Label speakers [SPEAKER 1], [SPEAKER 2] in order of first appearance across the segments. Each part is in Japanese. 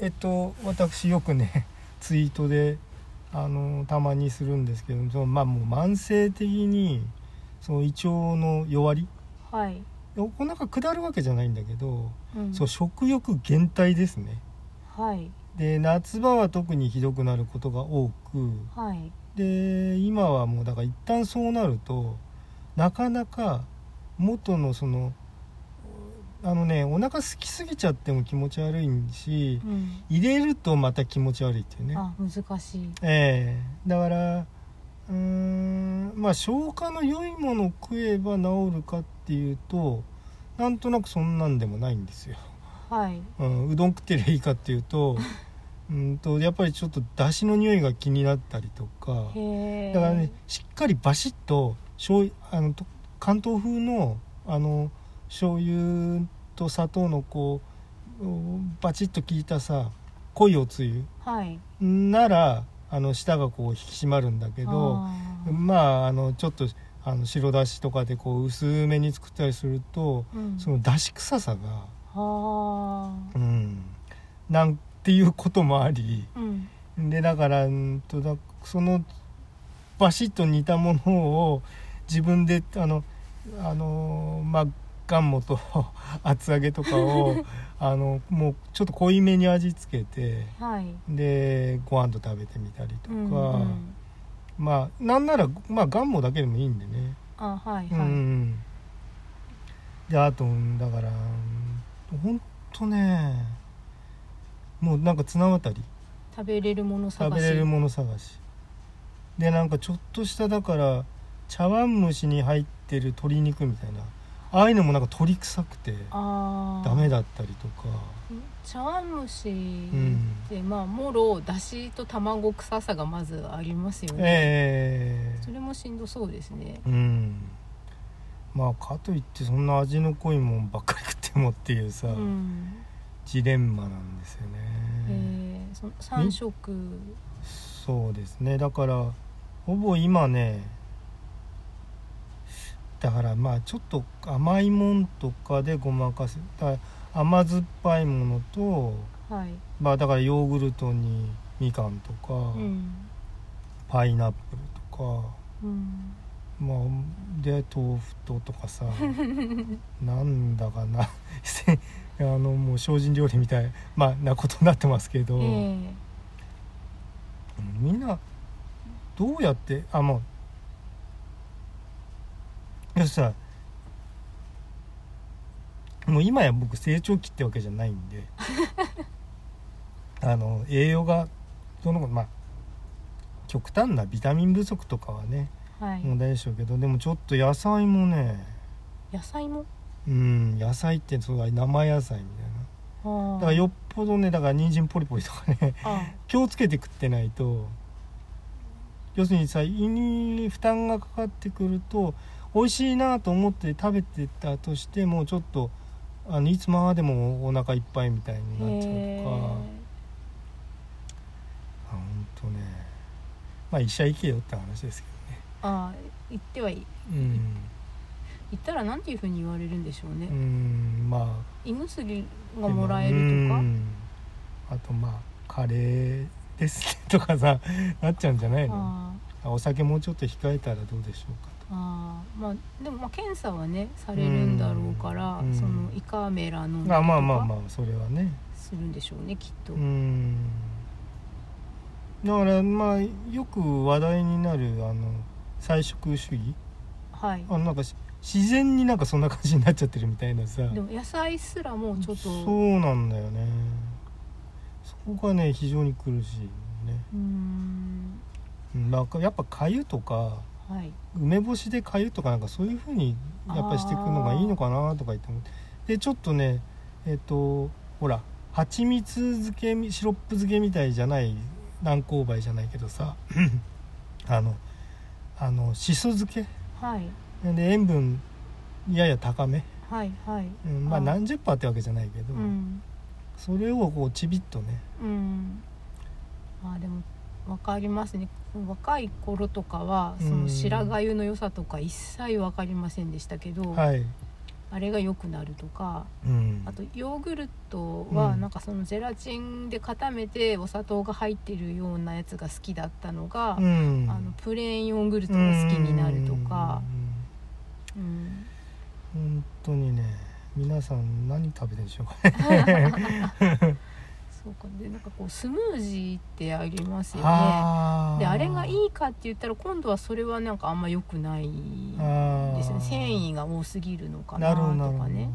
[SPEAKER 1] えっと私よくね ツイートであのたまにするんですけどそのまあもう慢性的にその胃腸の弱り
[SPEAKER 2] はい、
[SPEAKER 1] お腹下るわけじゃないんだけど、
[SPEAKER 2] うん
[SPEAKER 1] そう食欲減退ですね
[SPEAKER 2] はい
[SPEAKER 1] で夏場は特にひどくなることが多く
[SPEAKER 2] はい
[SPEAKER 1] で今はもうだから一旦そうなるとなかなか元のそのあのねお腹空きすぎちゃっても気持ち悪いし
[SPEAKER 2] うん
[SPEAKER 1] 入れるとまた気持ち悪いっていうね
[SPEAKER 2] あ難しい
[SPEAKER 1] ええだからうーんまあ消化の良いものを食えば治るかっていうとなんとなくそんなんでもないんですよ、
[SPEAKER 2] はい
[SPEAKER 1] うん、うどん食ってりゃいいかっていうと うんとやっぱりちょっと出汁の匂いが気になったりとか
[SPEAKER 2] へえ
[SPEAKER 1] だからねしっかりバシッと醤油あのと関東風のあの醤油と砂糖のこううんバチッと効いたさ濃いおつゆ
[SPEAKER 2] はい
[SPEAKER 1] ならあの舌がこう引き締まるんだけど
[SPEAKER 2] あー
[SPEAKER 1] まああのちょっとあの白だしとかでこう薄めに作ったりすると
[SPEAKER 2] うん
[SPEAKER 1] そのだし臭さが、
[SPEAKER 2] は
[SPEAKER 1] うん、なんていうこともあり
[SPEAKER 2] あうん
[SPEAKER 1] でだからうんとだそのバシッと煮たものを自分であのあのまあガンモと 厚揚げとかを あのもうちょっと濃いめに味付けて。
[SPEAKER 2] はい
[SPEAKER 1] でご飯と食べてみたりとか、
[SPEAKER 2] うんうん
[SPEAKER 1] まあなんならまあガンモだけでもいいんでね、
[SPEAKER 2] あはい
[SPEAKER 1] うんう
[SPEAKER 2] はい、
[SPEAKER 1] んであとだからほんとねもうなんか綱渡り
[SPEAKER 2] 食べれるもの
[SPEAKER 1] 食
[SPEAKER 2] 探
[SPEAKER 1] べ
[SPEAKER 2] し
[SPEAKER 1] れるもの探しでなんかちょっとしただから茶碗蒸しに入ってる鶏肉みたいなああいうのもなんか鶏臭くて
[SPEAKER 2] あー
[SPEAKER 1] ダメだったりとか
[SPEAKER 2] 茶碗蒸し
[SPEAKER 1] ん
[SPEAKER 2] って、まあもろだしと卵臭さがまずありますよね、
[SPEAKER 1] ええ
[SPEAKER 2] それもしんどそうですね
[SPEAKER 1] うんまあかといってそんな味の濃いもんばっかり食ってもっていうさ、
[SPEAKER 2] うん、
[SPEAKER 1] ジレンマなんですよ
[SPEAKER 2] え
[SPEAKER 1] ね、
[SPEAKER 2] ーそ3食
[SPEAKER 1] そうですねだからほぼ今ねだからまあちょっと甘いもんとかでごまかせだから甘酸っぱいものと
[SPEAKER 2] はい、
[SPEAKER 1] まあだからヨーグルトにみかんとか、
[SPEAKER 2] うん
[SPEAKER 1] パイナップルとか
[SPEAKER 2] うん、
[SPEAKER 1] まあ、で豆腐ととか さなんだかな せあのもう精進料理みたい、まあ、なことになってますけ
[SPEAKER 2] え
[SPEAKER 1] ど、
[SPEAKER 2] ー
[SPEAKER 1] みんなどうやってあもうよしさもう今や僕成長期ってわけじゃない んであの栄養がどのまあ極端なビタミン不足とかはね
[SPEAKER 2] はい、
[SPEAKER 1] 問題でしょうけどでもちょっと野菜もね
[SPEAKER 2] 野菜も
[SPEAKER 1] うん野菜ってそうだ生野菜みたいなだ
[SPEAKER 2] あー
[SPEAKER 1] からよっぽどねだから人参ポリポリとかね
[SPEAKER 2] あ
[SPEAKER 1] 気をつけて食ってないと要するにさ胃に負担がかかってくると美味しいなと思って食べてたとしてもちょっとあのいつまでもお腹いっぱいみたいになっちゃ
[SPEAKER 2] へ
[SPEAKER 1] うとかあほんとねまあ医者行けよって話ですけ
[SPEAKER 2] ーあー言ってはい
[SPEAKER 1] どね
[SPEAKER 2] 言ったらなんていうふうに言われるんでしょうね
[SPEAKER 1] うん、う、ん、まあ
[SPEAKER 2] 胃薬がもらえると
[SPEAKER 1] う
[SPEAKER 2] か
[SPEAKER 1] んあとまあカレーですねとかさ なっちゃうんじゃないの
[SPEAKER 2] あー
[SPEAKER 1] お酒もうちょっと控えたらどうでしょうか
[SPEAKER 2] あーまあでもまあ検査はねされるんだろうから、
[SPEAKER 1] うん
[SPEAKER 2] その胃カメラの
[SPEAKER 1] とあまあまあまあそれはね
[SPEAKER 2] するんでしょうねきっと、
[SPEAKER 1] うんだからまあよく話題になるあの菜食主義
[SPEAKER 2] はい
[SPEAKER 1] あなんかし自然になんかそんな感じになっちゃってるみたいなさ
[SPEAKER 2] でも野菜すらもうちょっと
[SPEAKER 1] そううなんだよねそこがね非常に苦しいね
[SPEAKER 2] ーん
[SPEAKER 1] うんなんかやっぱかゆとか
[SPEAKER 2] はい
[SPEAKER 1] 梅干しでかゆとかなんかそういう風にやっぱりしていくのがいいのかなとか言って思ってでちょっとねえっ、とほら蜂蜜漬けみシロップ漬けみたいじゃない軟勾梅じゃないけどさあのあのしそ漬け
[SPEAKER 2] はい
[SPEAKER 1] で塩分やや高め、
[SPEAKER 2] はいはい、
[SPEAKER 1] うん、まあ
[SPEAKER 2] あ
[SPEAKER 1] 何十パーってわけじゃないけど、
[SPEAKER 2] うん
[SPEAKER 1] それをこうちびっとね
[SPEAKER 2] うんあーでも分かりますね若い頃とかはそ
[SPEAKER 1] うん
[SPEAKER 2] の白粥の良さとか一切分かりませんでしたけど、
[SPEAKER 1] はい
[SPEAKER 2] あれが良くなるとか
[SPEAKER 1] うん
[SPEAKER 2] あとヨーグルトは
[SPEAKER 1] うん
[SPEAKER 2] なんかそのゼラチンで固めてお砂糖が入ってるようなやつが好きだったのが、
[SPEAKER 1] うん
[SPEAKER 2] あのプレーンヨーグルトが好きになるとか、うん
[SPEAKER 1] うん本当にね皆さん何食べてるんでしょうかね
[SPEAKER 2] そうかでなんかこうスムージーってありますよね
[SPEAKER 1] あー
[SPEAKER 2] であれがいいかって言ったら今度はそれはなんかあんま良くないで
[SPEAKER 1] あー
[SPEAKER 2] すよね繊維が多すぎるのか
[SPEAKER 1] な
[SPEAKER 2] な
[SPEAKER 1] る
[SPEAKER 2] と
[SPEAKER 1] ほどなるほ
[SPEAKER 2] か
[SPEAKER 1] ど
[SPEAKER 2] ね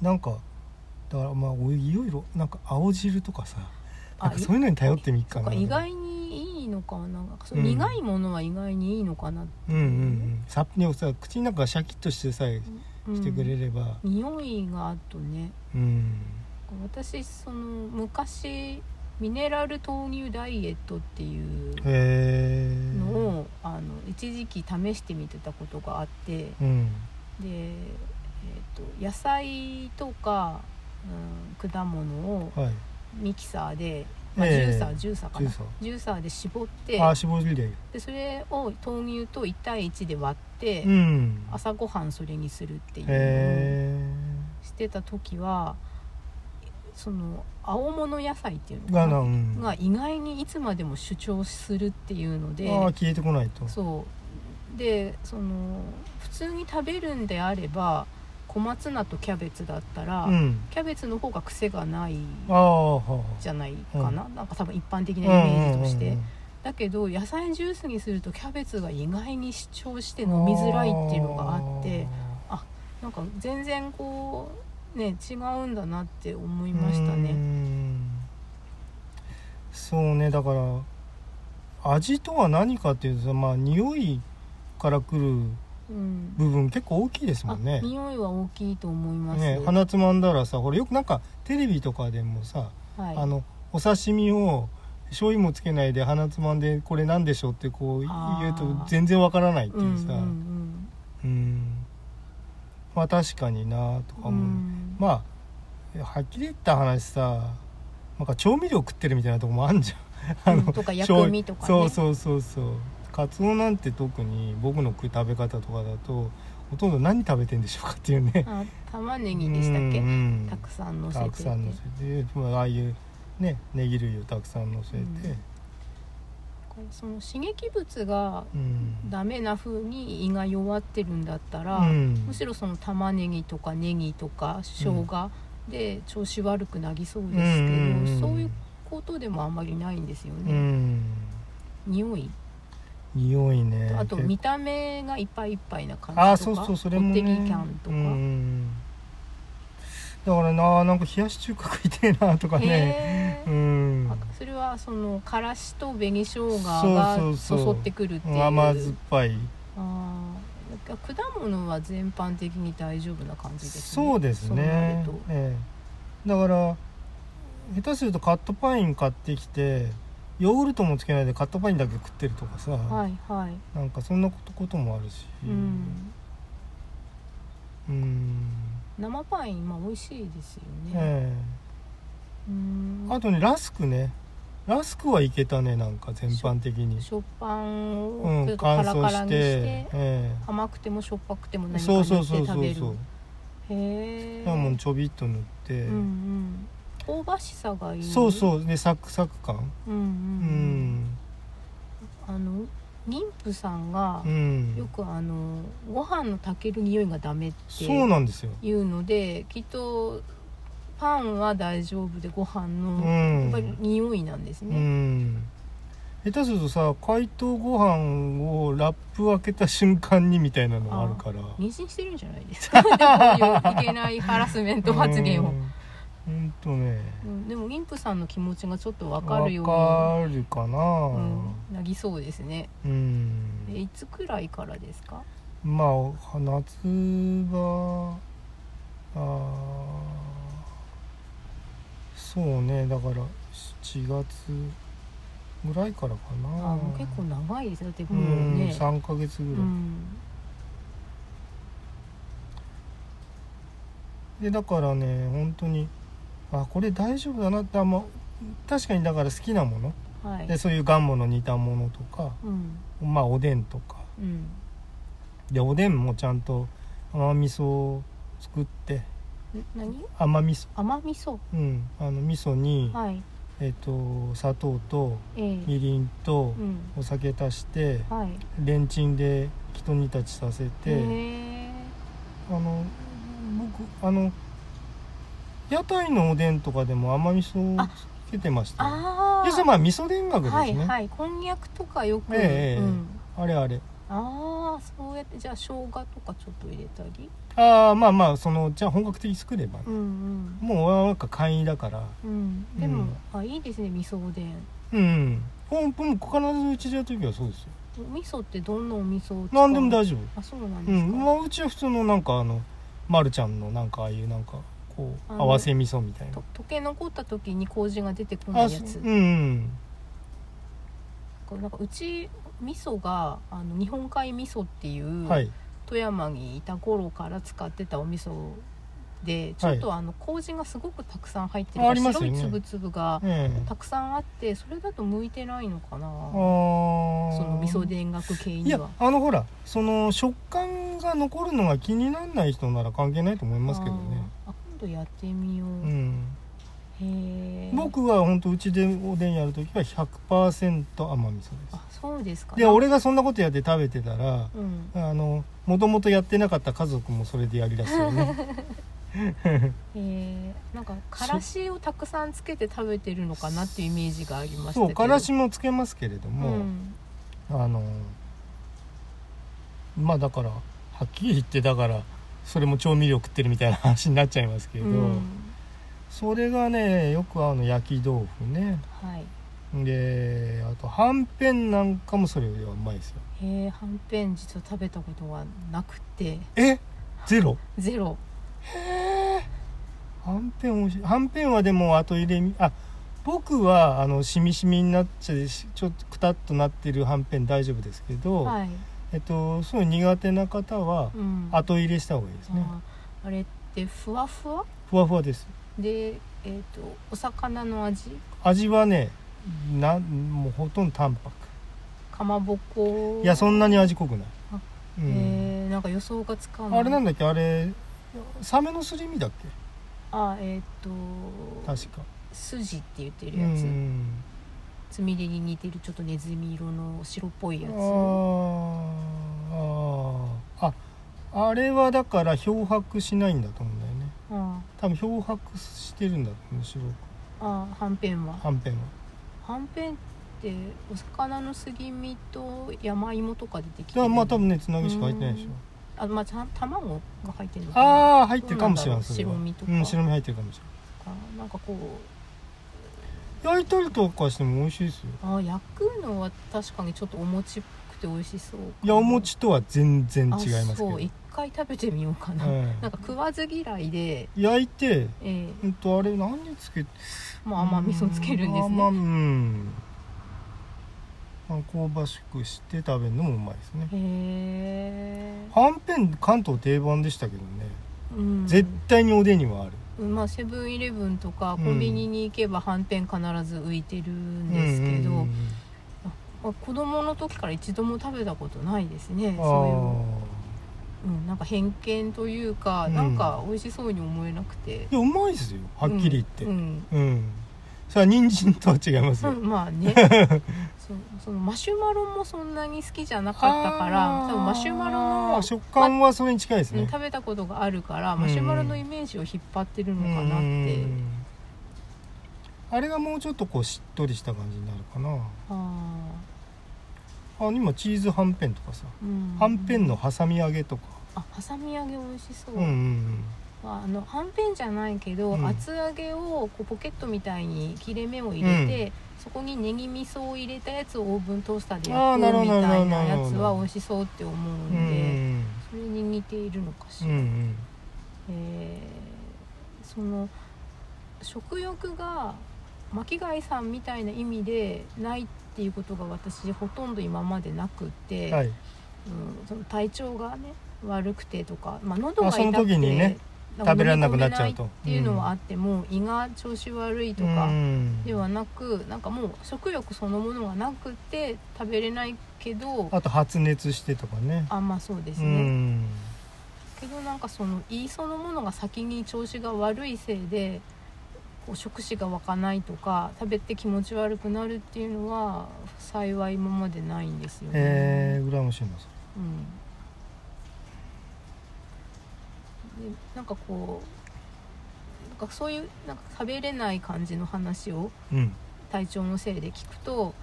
[SPEAKER 1] なんかだからまあおいろいろなんか青汁とかさ
[SPEAKER 2] あ
[SPEAKER 1] なんかそういうのに頼ってみっ
[SPEAKER 2] そ
[SPEAKER 1] か
[SPEAKER 2] う
[SPEAKER 1] な
[SPEAKER 2] か意外にいいのかななんかそう
[SPEAKER 1] うん
[SPEAKER 2] 苦いものは意外にいいのかな、
[SPEAKER 1] うんうんうんさでもさ口の中がシャキッとしてさえ
[SPEAKER 2] うん
[SPEAKER 1] してくれれば
[SPEAKER 2] 匂いがあとね
[SPEAKER 1] うん
[SPEAKER 2] 私その昔ミネラル豆乳ダイエットっていう
[SPEAKER 1] へえ
[SPEAKER 2] のをあの一時期試してみてたことがあって
[SPEAKER 1] うん
[SPEAKER 2] で、えー、と野菜とか、うん、果物を
[SPEAKER 1] はい
[SPEAKER 2] ミキサーで、まあ、ジ
[SPEAKER 1] ええ
[SPEAKER 2] ューサージューサーか
[SPEAKER 1] ジュー
[SPEAKER 2] な
[SPEAKER 1] サー
[SPEAKER 2] ジューサーで絞って
[SPEAKER 1] ああ絞りで
[SPEAKER 2] でそれを豆乳と1対1で割って、
[SPEAKER 1] うん
[SPEAKER 2] 朝ごはんそれにするっていうのを
[SPEAKER 1] へ
[SPEAKER 2] してた時はその青物野菜っていう
[SPEAKER 1] え
[SPEAKER 2] の
[SPEAKER 1] が
[SPEAKER 2] か
[SPEAKER 1] な
[SPEAKER 2] な
[SPEAKER 1] うん
[SPEAKER 2] が意外にいつまでも主張するっていうので
[SPEAKER 1] ああ消えてこないと
[SPEAKER 2] そうでその普通に食べるんであれば小松菜とキャベツだったら、
[SPEAKER 1] うん
[SPEAKER 2] キャベツの方が癖がない
[SPEAKER 1] ああはあは
[SPEAKER 2] じゃないかな、なんか多分一般的
[SPEAKER 1] あ
[SPEAKER 2] なイメージとし
[SPEAKER 1] う
[SPEAKER 2] て、
[SPEAKER 1] んうんうんうん
[SPEAKER 2] だけど野菜ジュースにするとキャベツが意外に主張して飲みづらいっていうのがあってなんか全然こうね違うんだなって思いました
[SPEAKER 1] うー
[SPEAKER 2] ね
[SPEAKER 1] んそうねだから味とは何かっていうとまあ匂いからくる
[SPEAKER 2] うん、
[SPEAKER 1] 部分結構大きいですも
[SPEAKER 2] あ
[SPEAKER 1] んね
[SPEAKER 2] 匂いは大きいと思います、
[SPEAKER 1] ね鼻つまんだらさほらよくなんかテレビとかでもさ、
[SPEAKER 2] はい、
[SPEAKER 1] あのお刺身を醤油もつけないで鼻つまんでこれなんでしょうってこう
[SPEAKER 2] あー
[SPEAKER 1] 言うと全然わからないって
[SPEAKER 2] う
[SPEAKER 1] い
[SPEAKER 2] ん
[SPEAKER 1] う
[SPEAKER 2] うん
[SPEAKER 1] さ
[SPEAKER 2] う
[SPEAKER 1] うん
[SPEAKER 2] ん
[SPEAKER 1] まあ確かになとか思う、
[SPEAKER 2] うん
[SPEAKER 1] まあはっきり言った話さなんか調味料食ってるみたいなとこもあんじゃんあの
[SPEAKER 2] とか
[SPEAKER 1] 醤油
[SPEAKER 2] 薬味とかね
[SPEAKER 1] そうそうそうそうカツオなんて特に僕の食い食べ方とかだとほとんど何食べてんでしょうかっていうね
[SPEAKER 2] あ玉ねぎでしたっ
[SPEAKER 1] う
[SPEAKER 2] け、
[SPEAKER 1] んうん
[SPEAKER 2] たくさん乗せて
[SPEAKER 1] たくさん乗せてまあああいうねネギ類をたくさん乗せて
[SPEAKER 2] その刺激物が
[SPEAKER 1] うん、
[SPEAKER 2] ダメな風に胃が弱ってるんだったら、
[SPEAKER 1] うん
[SPEAKER 2] むしろその玉ねぎとかネギとか生姜で調子悪くなりそうですけ
[SPEAKER 1] う
[SPEAKER 2] ど、
[SPEAKER 1] んうんうん
[SPEAKER 2] そういうことでもあんまりないんですよ
[SPEAKER 1] う
[SPEAKER 2] ね、
[SPEAKER 1] ん
[SPEAKER 2] 匂い
[SPEAKER 1] 匂いね
[SPEAKER 2] とあと
[SPEAKER 1] 結構
[SPEAKER 2] 見た目がいっぱいいっぱいな感じとか
[SPEAKER 1] ああそうそうそれもね
[SPEAKER 2] コッテリキャンとか、
[SPEAKER 1] うんだからななんか冷やし中華食いてえなとかね
[SPEAKER 2] へ
[SPEAKER 1] う
[SPEAKER 2] え、
[SPEAKER 1] ん
[SPEAKER 2] あそれはそのからしと紅生姜が
[SPEAKER 1] そうそうそう
[SPEAKER 2] そそってくるっていう
[SPEAKER 1] 甘酸っぱい
[SPEAKER 2] あーなんか果物は全般的に大丈夫な感じですね
[SPEAKER 1] そうです
[SPEAKER 2] そうな
[SPEAKER 1] ね
[SPEAKER 2] ると
[SPEAKER 1] ええだから下手するとカットパイン買ってきてヨーグルトもつけないでカットパインだけ食ってるとかさ、
[SPEAKER 2] はいはい
[SPEAKER 1] なんかそんなことこともあるし
[SPEAKER 2] うん、
[SPEAKER 1] うん
[SPEAKER 2] 生パインまあ美味しいですよね、
[SPEAKER 1] え
[SPEAKER 2] うん
[SPEAKER 1] えあとねラスクねラスクはいけたねなんか全般的に
[SPEAKER 2] 食パン
[SPEAKER 1] う
[SPEAKER 2] をちょ
[SPEAKER 1] ん
[SPEAKER 2] っとカ
[SPEAKER 1] 乾
[SPEAKER 2] ラカ
[SPEAKER 1] 燥
[SPEAKER 2] ラ
[SPEAKER 1] し
[SPEAKER 2] にしてて,、
[SPEAKER 1] え
[SPEAKER 2] 甘くてもしょっぱくても
[SPEAKER 1] え
[SPEAKER 2] 何か
[SPEAKER 1] そ
[SPEAKER 2] 塗
[SPEAKER 1] う
[SPEAKER 2] って
[SPEAKER 1] そうそう
[SPEAKER 2] 食
[SPEAKER 1] そ
[SPEAKER 2] べ
[SPEAKER 1] う
[SPEAKER 2] る
[SPEAKER 1] そう
[SPEAKER 2] へえ
[SPEAKER 1] レモンちょびっと塗って、
[SPEAKER 2] うんうん香ばしさがいい
[SPEAKER 1] そう
[SPEAKER 2] う
[SPEAKER 1] そうでサクサク感
[SPEAKER 2] うんうん、
[SPEAKER 1] うん
[SPEAKER 2] あの妊婦さんが
[SPEAKER 1] うん、
[SPEAKER 2] よくあのご飯の炊ける匂いがダメって
[SPEAKER 1] そうなんですよ、
[SPEAKER 2] いうのできっとパンは大丈夫でご飯
[SPEAKER 1] う
[SPEAKER 2] の、やっぱり
[SPEAKER 1] ん
[SPEAKER 2] 匂いなんです
[SPEAKER 1] う
[SPEAKER 2] ね、
[SPEAKER 1] ん下手するとさ解凍ご飯をラップ開けた瞬間にみたいなのがあるから
[SPEAKER 2] 妊娠してるんじゃないですか でこういういけないハラスメント発言を、
[SPEAKER 1] ほんとね
[SPEAKER 2] うん、でも妊婦さんの気持ちがちょっと分か
[SPEAKER 1] わ
[SPEAKER 2] るよう
[SPEAKER 1] かるかな
[SPEAKER 2] に、うん、なりそうですね
[SPEAKER 1] うん
[SPEAKER 2] えいつくらいからですか
[SPEAKER 1] まあ夏場あーそうねだから7月ぐらいからか
[SPEAKER 2] あ
[SPEAKER 1] な
[SPEAKER 2] もう結構長いですねだって
[SPEAKER 1] う、
[SPEAKER 2] もうんね
[SPEAKER 1] 3ヶ月ぐ
[SPEAKER 2] う
[SPEAKER 1] らい、
[SPEAKER 2] ん
[SPEAKER 1] でだからね本当にあこれ大丈夫だなってあんま確かにだから好きなもの
[SPEAKER 2] はい
[SPEAKER 1] でそういうがんもの煮たものとか
[SPEAKER 2] うん
[SPEAKER 1] まあおでんとか
[SPEAKER 2] うん
[SPEAKER 1] でおでんもちゃんと甘味噌を作って
[SPEAKER 2] ん何
[SPEAKER 1] 甘味噌
[SPEAKER 2] 甘味噌
[SPEAKER 1] うんあの味噌に、
[SPEAKER 2] はい
[SPEAKER 1] えっと砂糖と
[SPEAKER 2] ええ
[SPEAKER 1] みりんと
[SPEAKER 2] うん
[SPEAKER 1] お酒足して
[SPEAKER 2] はい
[SPEAKER 1] レンチンでひと煮立ちさせて、
[SPEAKER 2] へえ
[SPEAKER 1] あの僕あの屋台のおでんとかでも甘味噌を
[SPEAKER 2] あ
[SPEAKER 1] つけてましたよ
[SPEAKER 2] ああ
[SPEAKER 1] でそれまあ味噌田楽ですね、
[SPEAKER 2] はいはいこんにゃくとかよく、
[SPEAKER 1] ええええ
[SPEAKER 2] うん、
[SPEAKER 1] あれあれ
[SPEAKER 2] ああそうやってじゃあ生姜とかちょっと入れたり
[SPEAKER 1] ああまあまあそのじゃあ本格的に作れば、ね
[SPEAKER 2] うんうん
[SPEAKER 1] もう俺はなんか簡易だから
[SPEAKER 2] うん、でも、あいいですね味噌おでん
[SPEAKER 1] うんポンポン必ずうちでやる時はそうですよ
[SPEAKER 2] お味噌ってどんなお味噌を使う
[SPEAKER 1] 何でも大丈夫
[SPEAKER 2] あそうなん
[SPEAKER 1] う
[SPEAKER 2] です
[SPEAKER 1] ん、
[SPEAKER 2] か、
[SPEAKER 1] まあ、うちは普通のなんかあの、ま、るちゃんのなんかああいうなんかこう
[SPEAKER 2] あの
[SPEAKER 1] 合わせ味噌みたいな
[SPEAKER 2] と溶け残った時に麹が出てこない
[SPEAKER 1] あ
[SPEAKER 2] や
[SPEAKER 1] そ
[SPEAKER 2] つ
[SPEAKER 1] ううん
[SPEAKER 2] こうなんかうち味噌があの日本海味噌っていうう、
[SPEAKER 1] んはい
[SPEAKER 2] 富山にいた頃から使ってたお味噌でちょっとあの麹がすごくたくさん入ってる
[SPEAKER 1] あありますよ
[SPEAKER 2] 白
[SPEAKER 1] ね
[SPEAKER 2] い粒々が
[SPEAKER 1] ええ
[SPEAKER 2] たくさんあってそれだと向いてないのかな
[SPEAKER 1] あ
[SPEAKER 2] そ
[SPEAKER 1] そ
[SPEAKER 2] の味噌田楽系
[SPEAKER 1] い
[SPEAKER 2] に
[SPEAKER 1] や
[SPEAKER 2] は
[SPEAKER 1] あのほらその食感が残るのが気にならない人なら関係ないと思いますけどね
[SPEAKER 2] あーあ今度やってみよう、
[SPEAKER 1] うん
[SPEAKER 2] へえ
[SPEAKER 1] 僕は本当うちでおでんやるときは100%甘味噌です
[SPEAKER 2] あそうですか
[SPEAKER 1] で俺がそんなことやって食べてたら
[SPEAKER 2] うん
[SPEAKER 1] あのもともとやってなかった家族もそれでやりだすよね
[SPEAKER 2] えー、なんかからしをたくさんつけて食べてるのかなっていうイメージ がありましたけど
[SPEAKER 1] そうからしもつけますけれど
[SPEAKER 2] う
[SPEAKER 1] も、
[SPEAKER 2] ん、
[SPEAKER 1] あのまあだからはっきり言ってだからそれも調味料食ってるみたいな話になっちゃいますけ
[SPEAKER 2] け
[SPEAKER 1] ど、
[SPEAKER 2] うん、
[SPEAKER 1] それがねよく合うの焼き豆腐ね
[SPEAKER 2] はい
[SPEAKER 1] であとはんぺんなんかもそれよりはうまいですよ
[SPEAKER 2] えー、はんぺん実は食べたことはなくて
[SPEAKER 1] えゼロ
[SPEAKER 2] ゼロ
[SPEAKER 1] はんぺん美味しいはんぺんはでも後入れみあ僕はあのしみしみになっちゃうしちょっとくたっとなってるはんぺん大丈夫ですけど、
[SPEAKER 2] はい、
[SPEAKER 1] えっとそういう苦手な方は
[SPEAKER 2] うん、
[SPEAKER 1] 後入れした方がいいですね
[SPEAKER 2] あーあれってふわふわ
[SPEAKER 1] ふわふわです
[SPEAKER 2] でえっ、とお魚の味
[SPEAKER 1] 味はねなんもうほとんど淡白
[SPEAKER 2] かまぼこ
[SPEAKER 1] いやそんなに味濃くない
[SPEAKER 2] あ、
[SPEAKER 1] うん
[SPEAKER 2] えー、なんか予想がつかない
[SPEAKER 1] あれなんだっけあれサメのすり身だっけ
[SPEAKER 2] あえっ、と
[SPEAKER 1] 確か
[SPEAKER 2] 筋って言って
[SPEAKER 1] う
[SPEAKER 2] るやつ、
[SPEAKER 1] ん
[SPEAKER 2] つみれに似てるちょっとネズミ色の白っぽいやつ
[SPEAKER 1] あーあーああれはだから漂白しないんだと思うんだよね
[SPEAKER 2] あ
[SPEAKER 1] 多分漂白してるんだと思う白く
[SPEAKER 2] あはんぺんは
[SPEAKER 1] はんぺんは
[SPEAKER 2] はんぺんってお魚のすぎ身と山芋とか出てき
[SPEAKER 1] じ
[SPEAKER 2] て
[SPEAKER 1] ゃあ
[SPEAKER 2] る
[SPEAKER 1] まあ多分ねつなぎしか入ってないでしょ
[SPEAKER 2] うんあまあちゃん卵が入ってるのかなあ
[SPEAKER 1] ああ入ってるかもしれない
[SPEAKER 2] どうなんだろう
[SPEAKER 1] それは
[SPEAKER 2] 白身とか
[SPEAKER 1] うん白身入ってるかもし
[SPEAKER 2] なんかこう
[SPEAKER 1] れない焼いたりとかしても美味しいですよ
[SPEAKER 2] あー焼くのは確かにちょっとお餅っぽくて美味しそう
[SPEAKER 1] いやお餅とは全然違い
[SPEAKER 2] あ
[SPEAKER 1] ますけ
[SPEAKER 2] そ
[SPEAKER 1] ど
[SPEAKER 2] う一回食べてみようかな、
[SPEAKER 1] え
[SPEAKER 2] なんか食わず嫌い
[SPEAKER 1] え
[SPEAKER 2] で、
[SPEAKER 1] 焼いて
[SPEAKER 2] えー、
[SPEAKER 1] うんとあれ何につけて
[SPEAKER 2] まあ甘味噌つけるんです
[SPEAKER 1] うん甘
[SPEAKER 2] ね
[SPEAKER 1] うんあの香ばしくして食べるのもうまいですね
[SPEAKER 2] へえ、
[SPEAKER 1] はんぺん関東定番でしたけどね、
[SPEAKER 2] うん、
[SPEAKER 1] 絶対におでんにはある
[SPEAKER 2] うんまあ、セブンイレブンとかコンビニに行けばはんぺん必ず浮いてるんですけど、
[SPEAKER 1] うんうんうん
[SPEAKER 2] まあ子供の時から一度も食べたことないですね
[SPEAKER 1] あ
[SPEAKER 2] そ
[SPEAKER 1] ー
[SPEAKER 2] ういう、うん、なんか偏見というか、
[SPEAKER 1] うん
[SPEAKER 2] なんか美味しそうに思えなくて
[SPEAKER 1] いやうまいですよはっきり言って
[SPEAKER 2] う
[SPEAKER 1] うん、
[SPEAKER 2] ん
[SPEAKER 1] それは人参とは違います
[SPEAKER 2] う
[SPEAKER 1] よ、
[SPEAKER 2] んま あねそうそのマシュマロもそんなに好きじゃなかったか
[SPEAKER 1] あ
[SPEAKER 2] ら
[SPEAKER 1] ー
[SPEAKER 2] 多分マシュマロの、
[SPEAKER 1] 食感はそれに近いです
[SPEAKER 2] う
[SPEAKER 1] ね
[SPEAKER 2] ん、食べたことがあるから
[SPEAKER 1] うん
[SPEAKER 2] マシュマロのイメージを引っ張ってるのか
[SPEAKER 1] う
[SPEAKER 2] なっ
[SPEAKER 1] ん
[SPEAKER 2] て
[SPEAKER 1] あれがもうちょっとこうしっとりした感じになるかな
[SPEAKER 2] あ
[SPEAKER 1] あ今チーズはんぺんとかさ
[SPEAKER 2] ーうん
[SPEAKER 1] はんぺんの挟み揚げとか
[SPEAKER 2] あはさみ揚げ美味しそう、
[SPEAKER 1] うんうんうん
[SPEAKER 2] あのはんぺんじゃないけど、
[SPEAKER 1] うん
[SPEAKER 2] 厚揚げをこうポケットみたいに切れ目を入れて、そこにネギ味噌を入れたやつをオーブントースターで
[SPEAKER 1] あーなる
[SPEAKER 2] 焼く
[SPEAKER 1] ほ
[SPEAKER 2] み
[SPEAKER 1] ど
[SPEAKER 2] たい
[SPEAKER 1] な
[SPEAKER 2] な
[SPEAKER 1] るほど
[SPEAKER 2] やつは美味しそうって思
[SPEAKER 1] う
[SPEAKER 2] う
[SPEAKER 1] ん
[SPEAKER 2] で、
[SPEAKER 1] ん
[SPEAKER 2] それに似ているのかし
[SPEAKER 1] うんう
[SPEAKER 2] ら、
[SPEAKER 1] ん
[SPEAKER 2] えーその食欲が巻貝さんみたいな意味でないっていうことが私ほとんど今までなくて、
[SPEAKER 1] はい
[SPEAKER 2] うん、その体調がね悪くてとか、まあ、喉が
[SPEAKER 1] あその
[SPEAKER 2] 痛くて
[SPEAKER 1] 時にね
[SPEAKER 2] う
[SPEAKER 1] 食べられなくなっちゃうと
[SPEAKER 2] 飲み込めないっていうのはあっても、胃が調子悪いとか、
[SPEAKER 1] うん
[SPEAKER 2] ではなくなんかもう食欲そのものがなくて食べれないけど
[SPEAKER 1] あと発熱してとかね
[SPEAKER 2] あまあそうです
[SPEAKER 1] う
[SPEAKER 2] ね、
[SPEAKER 1] ん
[SPEAKER 2] けどなんかその胃そのものが先に調子が悪いせいでこう食指が湧かないとか食べて気持ち悪くなるっていうのは幸い今までないんですよね、
[SPEAKER 1] えー、羨ましいなそ
[SPEAKER 2] うん、でなんかこうなんかそういうなんか食べれない感じの話を
[SPEAKER 1] れうん
[SPEAKER 2] 体調のせいで聞くと、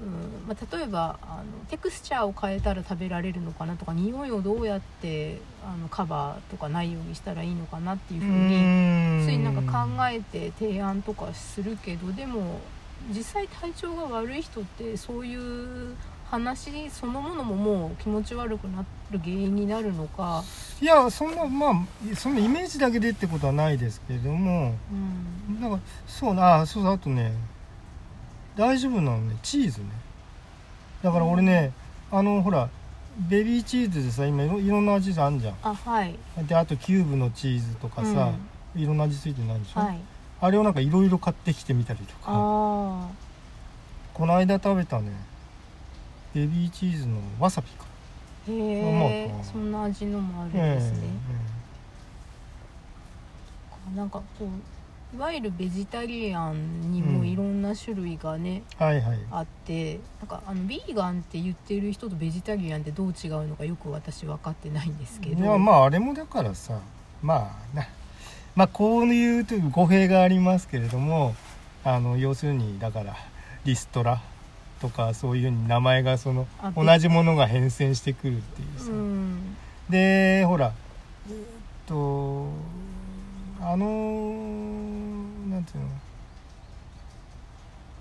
[SPEAKER 2] うんまあ、例えばあのテクスチャーを変えたら食べられるのかなとか匂いをどうやってあのカバーとかないようにしたらいいのかなっていうふうについなんか考えて提案とかするけどでも実際体調が悪い人ってそういう話そのものももう気持ち悪くなる原因になるのか、
[SPEAKER 1] いやそんなまあそのイメージだけでってことはないですけれども
[SPEAKER 2] うん、
[SPEAKER 1] なんかそうなあそうだあとね大丈夫なのねチーズねだから俺ね、あのほらベビーチーズでさ今いろいろんな味あんじゃん
[SPEAKER 2] あはい、
[SPEAKER 1] であとキューブのチーズとかさ、いろんな味付いてないでしょ、
[SPEAKER 2] うん、はい
[SPEAKER 1] あれをなんかいろいろ買ってきてみたりとか
[SPEAKER 2] あ
[SPEAKER 1] この間食べたねベビーチーズのわさびか
[SPEAKER 2] ーへ
[SPEAKER 1] うま
[SPEAKER 2] え
[SPEAKER 1] く
[SPEAKER 2] そんな味のもあるんですね、なんかこういわゆるベジタリアンにもいろんな種類がね、
[SPEAKER 1] うんはいはい
[SPEAKER 2] あってなんかあのビーガンって言ってる人とベジタリアンってどう違うのかよく私分かってないんですけ
[SPEAKER 1] い
[SPEAKER 2] ど
[SPEAKER 1] やまああれもだからさまあなまあこういうという語弊がありますけれどもあの要するにだからリストラとかそういうふうに名前がその
[SPEAKER 2] あ
[SPEAKER 1] 同じものが変遷してくるっていうさ、
[SPEAKER 2] うん
[SPEAKER 1] でほらえーっとあのなんていうの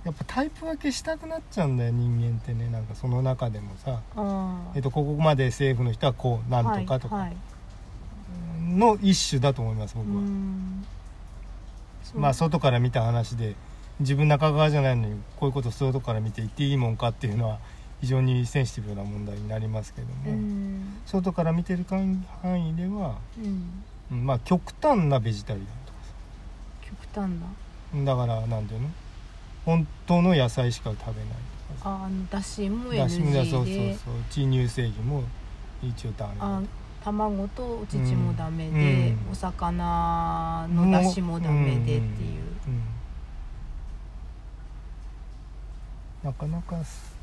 [SPEAKER 1] やっぱタイプ分けしたくなっちゃうんだよ人間ってねなんかその中でもさ、
[SPEAKER 2] あ
[SPEAKER 1] えっとここまで政府の人はこうな
[SPEAKER 2] あ
[SPEAKER 1] んとかとか、
[SPEAKER 2] はいはい
[SPEAKER 1] の一種だと思います僕は、
[SPEAKER 2] うんそう
[SPEAKER 1] まあ外から見た話で自分中側じゃないのにこういうこと外から見て言っていいもんかっていうのは非常にセンシティブな問題になりますけど
[SPEAKER 2] う
[SPEAKER 1] も、
[SPEAKER 2] ん
[SPEAKER 1] 外から見てる範囲範囲では、
[SPEAKER 2] うん
[SPEAKER 1] うんまあ極端なベジタリアンとか
[SPEAKER 2] 極端な
[SPEAKER 1] さだからなんていうの本当の野菜しか食べないとか
[SPEAKER 2] ああのだしも
[SPEAKER 1] だしだそう
[SPEAKER 2] NG
[SPEAKER 1] そう
[SPEAKER 2] で
[SPEAKER 1] そう血乳製品も一応ダメ
[SPEAKER 2] あ卵とお乳もダメ
[SPEAKER 1] う
[SPEAKER 2] で、
[SPEAKER 1] んうん
[SPEAKER 2] お魚のだしもダメでってい
[SPEAKER 1] う
[SPEAKER 2] う。
[SPEAKER 1] んなかなかす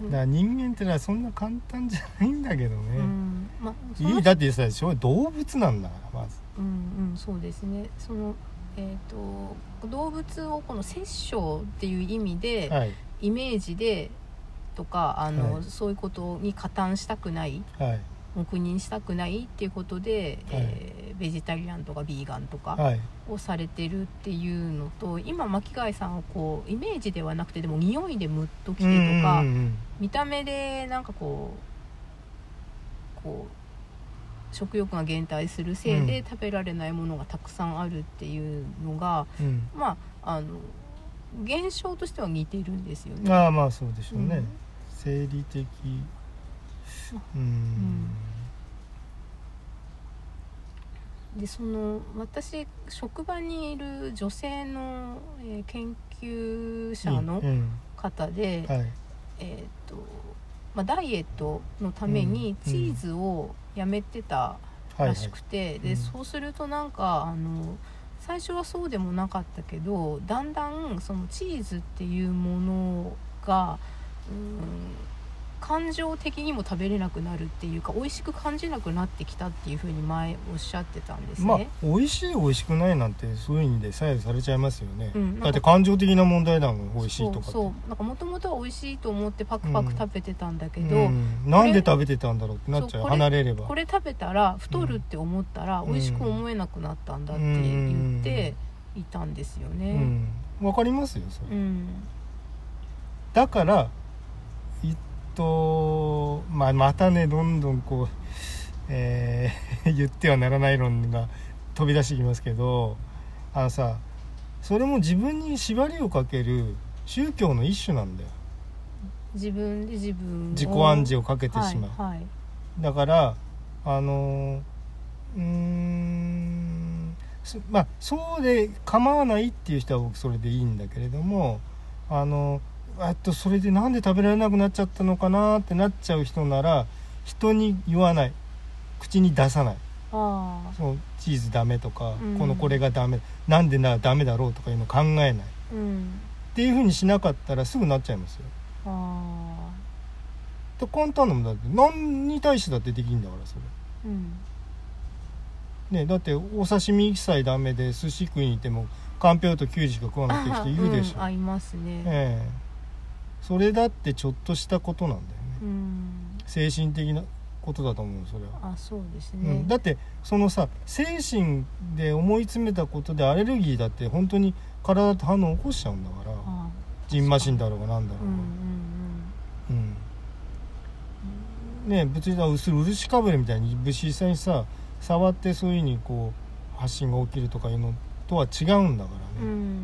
[SPEAKER 2] うん
[SPEAKER 1] だから人間ってのはそんな簡単じゃないんだけど
[SPEAKER 2] う
[SPEAKER 1] ね、
[SPEAKER 2] んまあ、そ
[SPEAKER 1] い
[SPEAKER 2] の
[SPEAKER 1] いだってさしょ動物なんだからまず
[SPEAKER 2] うんうんそうですねそのえっ、と動物をこの殺生っていう意味で、
[SPEAKER 1] はい
[SPEAKER 2] イメージでとかあの、
[SPEAKER 1] はい
[SPEAKER 2] そういうことに加担したくない
[SPEAKER 1] はい
[SPEAKER 2] 黙認したくないっていうことで、
[SPEAKER 1] はい
[SPEAKER 2] えーベジタリアンとかビーガンとか
[SPEAKER 1] はい
[SPEAKER 2] をされてるっていうのと今巻貝さんはこうイメージではなくてでも匂いでムッときてとか、
[SPEAKER 1] うんうんうん
[SPEAKER 2] 見た目でなんかこうこう食欲が減退するせいで
[SPEAKER 1] うん
[SPEAKER 2] 食べられないものがたくさんあるっていうのが、
[SPEAKER 1] うん
[SPEAKER 2] まああの現象としては似てるんですよね。
[SPEAKER 1] ああまあそうでしょうね、
[SPEAKER 2] うん
[SPEAKER 1] 生理的うん、
[SPEAKER 2] でその私職場にいる女性の、えー研究者の
[SPEAKER 1] うん
[SPEAKER 2] 方で、
[SPEAKER 1] はい
[SPEAKER 2] えーとまあ、ダイエットのため
[SPEAKER 1] う
[SPEAKER 2] に
[SPEAKER 1] ん
[SPEAKER 2] チーズをやめてた
[SPEAKER 1] はいは
[SPEAKER 2] ら
[SPEAKER 1] い
[SPEAKER 2] しくて、
[SPEAKER 1] う
[SPEAKER 2] で
[SPEAKER 1] ん
[SPEAKER 2] そうするとなんかあの最初はそうでもなかったけどだんだんそのチーズっていうものが、うん、感情的にも食べれなくなるっていうか美味しく感じなくなってきたっていうふうに前おっしゃってたんですね。
[SPEAKER 1] まあ美味しい美味しくないなんてそういう意味で左右されちゃいますよね、
[SPEAKER 2] うんなんか
[SPEAKER 1] だって感情的な問題だもん美味しいとかって
[SPEAKER 2] そうそうなんかもともとは美味しいと思ってパクパク食べてたんだけど、
[SPEAKER 1] うん、なんで食べてたんだろうってなっちゃう
[SPEAKER 2] そうこれ
[SPEAKER 1] 離れれば
[SPEAKER 2] これ食べたら太るって思ったら
[SPEAKER 1] うん
[SPEAKER 2] 美味しく思えなくなったんだって言っていたんですよ
[SPEAKER 1] う
[SPEAKER 2] ね。
[SPEAKER 1] ん、わかりますよそれ、
[SPEAKER 2] うん
[SPEAKER 1] だからえっと、まあ、またねどんどんこう、えー 言ってはならない論が飛び出してきますけどあのさそれも自分に縛りをかける宗教の一種なんだよ
[SPEAKER 2] 自分で自分を
[SPEAKER 1] 自己暗示をかけてしまう、
[SPEAKER 2] はいはい
[SPEAKER 1] だからあのーうーんそまあそうで構わないっていう人は僕それでいいんだけれどもあのあとそれでなんで食べられなくなっちゃったのかなってなっちゃう人なら人に言わない口に出さない
[SPEAKER 2] あ
[SPEAKER 1] そのチーズダメとか、
[SPEAKER 2] うん
[SPEAKER 1] このこれがダメなんでなダメだろうとかいうの考えないっ
[SPEAKER 2] あうん
[SPEAKER 1] ていうふうにしなかったらすぐなっちゃいますよ
[SPEAKER 2] あ
[SPEAKER 1] で簡単なもんだって何に対してだってできんだからそれ
[SPEAKER 2] あうん
[SPEAKER 1] ね、だってお刺身一切ダメで寿司食いに行ってもかんぴょうときゅうりしか食わないって人いるでしょ、
[SPEAKER 2] うん、あいますね、
[SPEAKER 1] ええそれだってちょっとしたことなんだよね
[SPEAKER 2] うん
[SPEAKER 1] 精神的なことだと思うよそれは、
[SPEAKER 2] あそうです
[SPEAKER 1] う
[SPEAKER 2] ね
[SPEAKER 1] ん、だってそのさ精神で思い詰めたことでアレルギーだって本当に体って反応起こしちゃうんだから
[SPEAKER 2] あ
[SPEAKER 1] じんましんだろうがなんだろ
[SPEAKER 2] う
[SPEAKER 1] うん
[SPEAKER 2] うん
[SPEAKER 1] がうん、ね別にだからそれ漆かぶれみたいに実際にさ触ってそういうふうにこう発信が起きるとかいうのとは違うんだから
[SPEAKER 2] うんう
[SPEAKER 1] ね、
[SPEAKER 2] ん
[SPEAKER 1] うん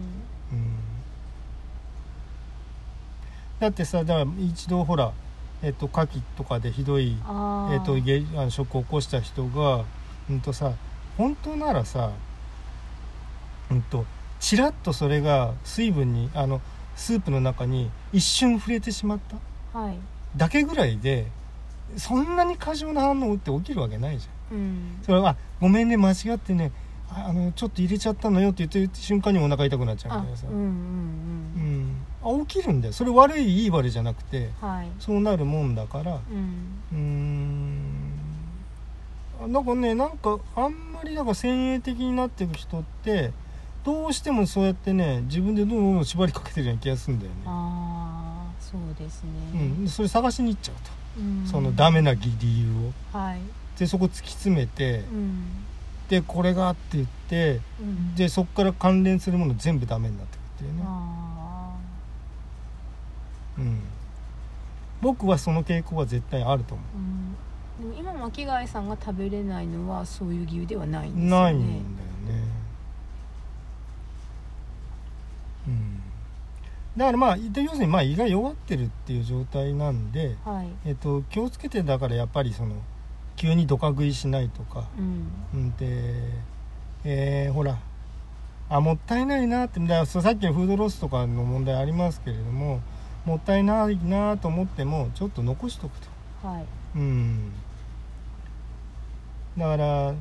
[SPEAKER 1] だってさだから一度ほらえっと牡蠣とかでひどい、
[SPEAKER 2] ああ
[SPEAKER 1] えっと、げあのショックを起こした人がうんとさ本当ならさうんとちらっとそれが水分にあのスープの中に一瞬触れてしまった
[SPEAKER 2] はい
[SPEAKER 1] だけぐらいでそんなに過剰な反応って起きるわけないじゃ
[SPEAKER 2] うん
[SPEAKER 1] んそれはあ「ごめんね間違ってねああのちょっと入れちゃったのよ」って言ってる瞬間にお腹痛くなっちゃう
[SPEAKER 2] あ
[SPEAKER 1] みたいなさ、
[SPEAKER 2] うん
[SPEAKER 1] う
[SPEAKER 2] うんんうん
[SPEAKER 1] あ起きるんだよそれ悪いいい悪いじゃなくて
[SPEAKER 2] はい
[SPEAKER 1] そうなるもんだから
[SPEAKER 2] うん
[SPEAKER 1] うーんあなんかねなんかあんまりなんか先鋭的になっていく人ってどうしてもそうやってね自分でどんどんどん縛りかけてるような気がするんだよね、
[SPEAKER 2] ああそうですね、
[SPEAKER 1] うん、それ探しに行っちゃう
[SPEAKER 2] うん
[SPEAKER 1] とそのダメな理由を
[SPEAKER 2] はい
[SPEAKER 1] でそこ突き詰めて、
[SPEAKER 2] うん
[SPEAKER 1] でこれがって言って
[SPEAKER 2] うん
[SPEAKER 1] でそこから関連するもの全部ダメになってくるっていうね、
[SPEAKER 2] あ
[SPEAKER 1] うん、僕はその傾向は絶対あると思
[SPEAKER 2] あうんでも今巻貝さんが食べれないのはそういう理由ではないん
[SPEAKER 1] う、
[SPEAKER 2] です
[SPEAKER 1] な
[SPEAKER 2] よ
[SPEAKER 1] いんだよ
[SPEAKER 2] ね
[SPEAKER 1] ね、うん、だからまあで要するにまあ胃が弱ってるっていう状態なんで、
[SPEAKER 2] はい
[SPEAKER 1] えっと、気をつけてだからやっぱりその急にドカ食いしないとか、
[SPEAKER 2] うん
[SPEAKER 1] うん、で、えーほらあもったいないなってだからそうさっきのフードロスとかの問題ありますけれどももったいないなと思ってもちょっと残しとくと
[SPEAKER 2] はい
[SPEAKER 1] うんだから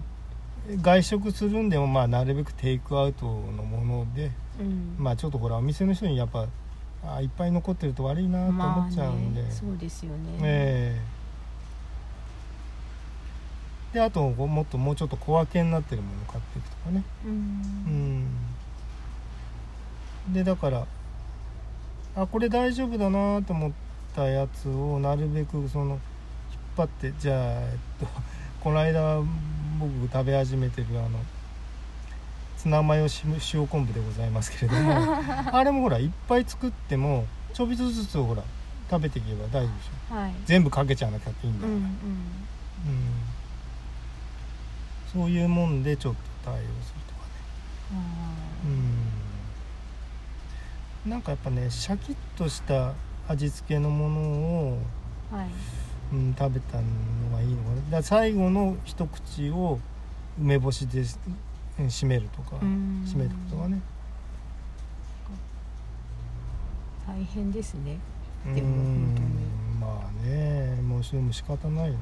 [SPEAKER 1] 外食するんでもまあなるべくテイクアウトのもので
[SPEAKER 2] うん
[SPEAKER 1] まあちょっとほらお店の人にやっぱあいっぱい残ってると悪いなと思っちゃうんで、
[SPEAKER 2] まあね、そうですよね、
[SPEAKER 1] ええであともっともうちょっと小分けになってるものを買っていくとかね
[SPEAKER 2] う
[SPEAKER 1] うんんでだからあこれ大丈夫だなと思ったやつをなるべくその引っ張ってじゃあ、えっと、 この間僕食べ始めてるあのツナマヨし塩昆布でございますけれどもあれもほらいっぱい作ってもちょびっとずつほら食べていけば大丈夫でしょ
[SPEAKER 2] はい
[SPEAKER 1] 全部かけちゃわなきゃいいんだ
[SPEAKER 2] う
[SPEAKER 1] か
[SPEAKER 2] ん
[SPEAKER 1] ら、う
[SPEAKER 2] う
[SPEAKER 1] ん
[SPEAKER 2] ん
[SPEAKER 1] そういうもんでちょっと対応するとかね
[SPEAKER 2] あ
[SPEAKER 1] うんなんかやっぱねシャキッとした味付けのものを、
[SPEAKER 2] ーはい
[SPEAKER 1] うん、食べたのがいいのかなだから最後の一口を梅干しでうん締めるとか、
[SPEAKER 2] うん
[SPEAKER 1] 締めるとかね
[SPEAKER 2] 大変ですね
[SPEAKER 1] うん
[SPEAKER 2] でも本当に
[SPEAKER 1] まあねもうそれも仕方ないよね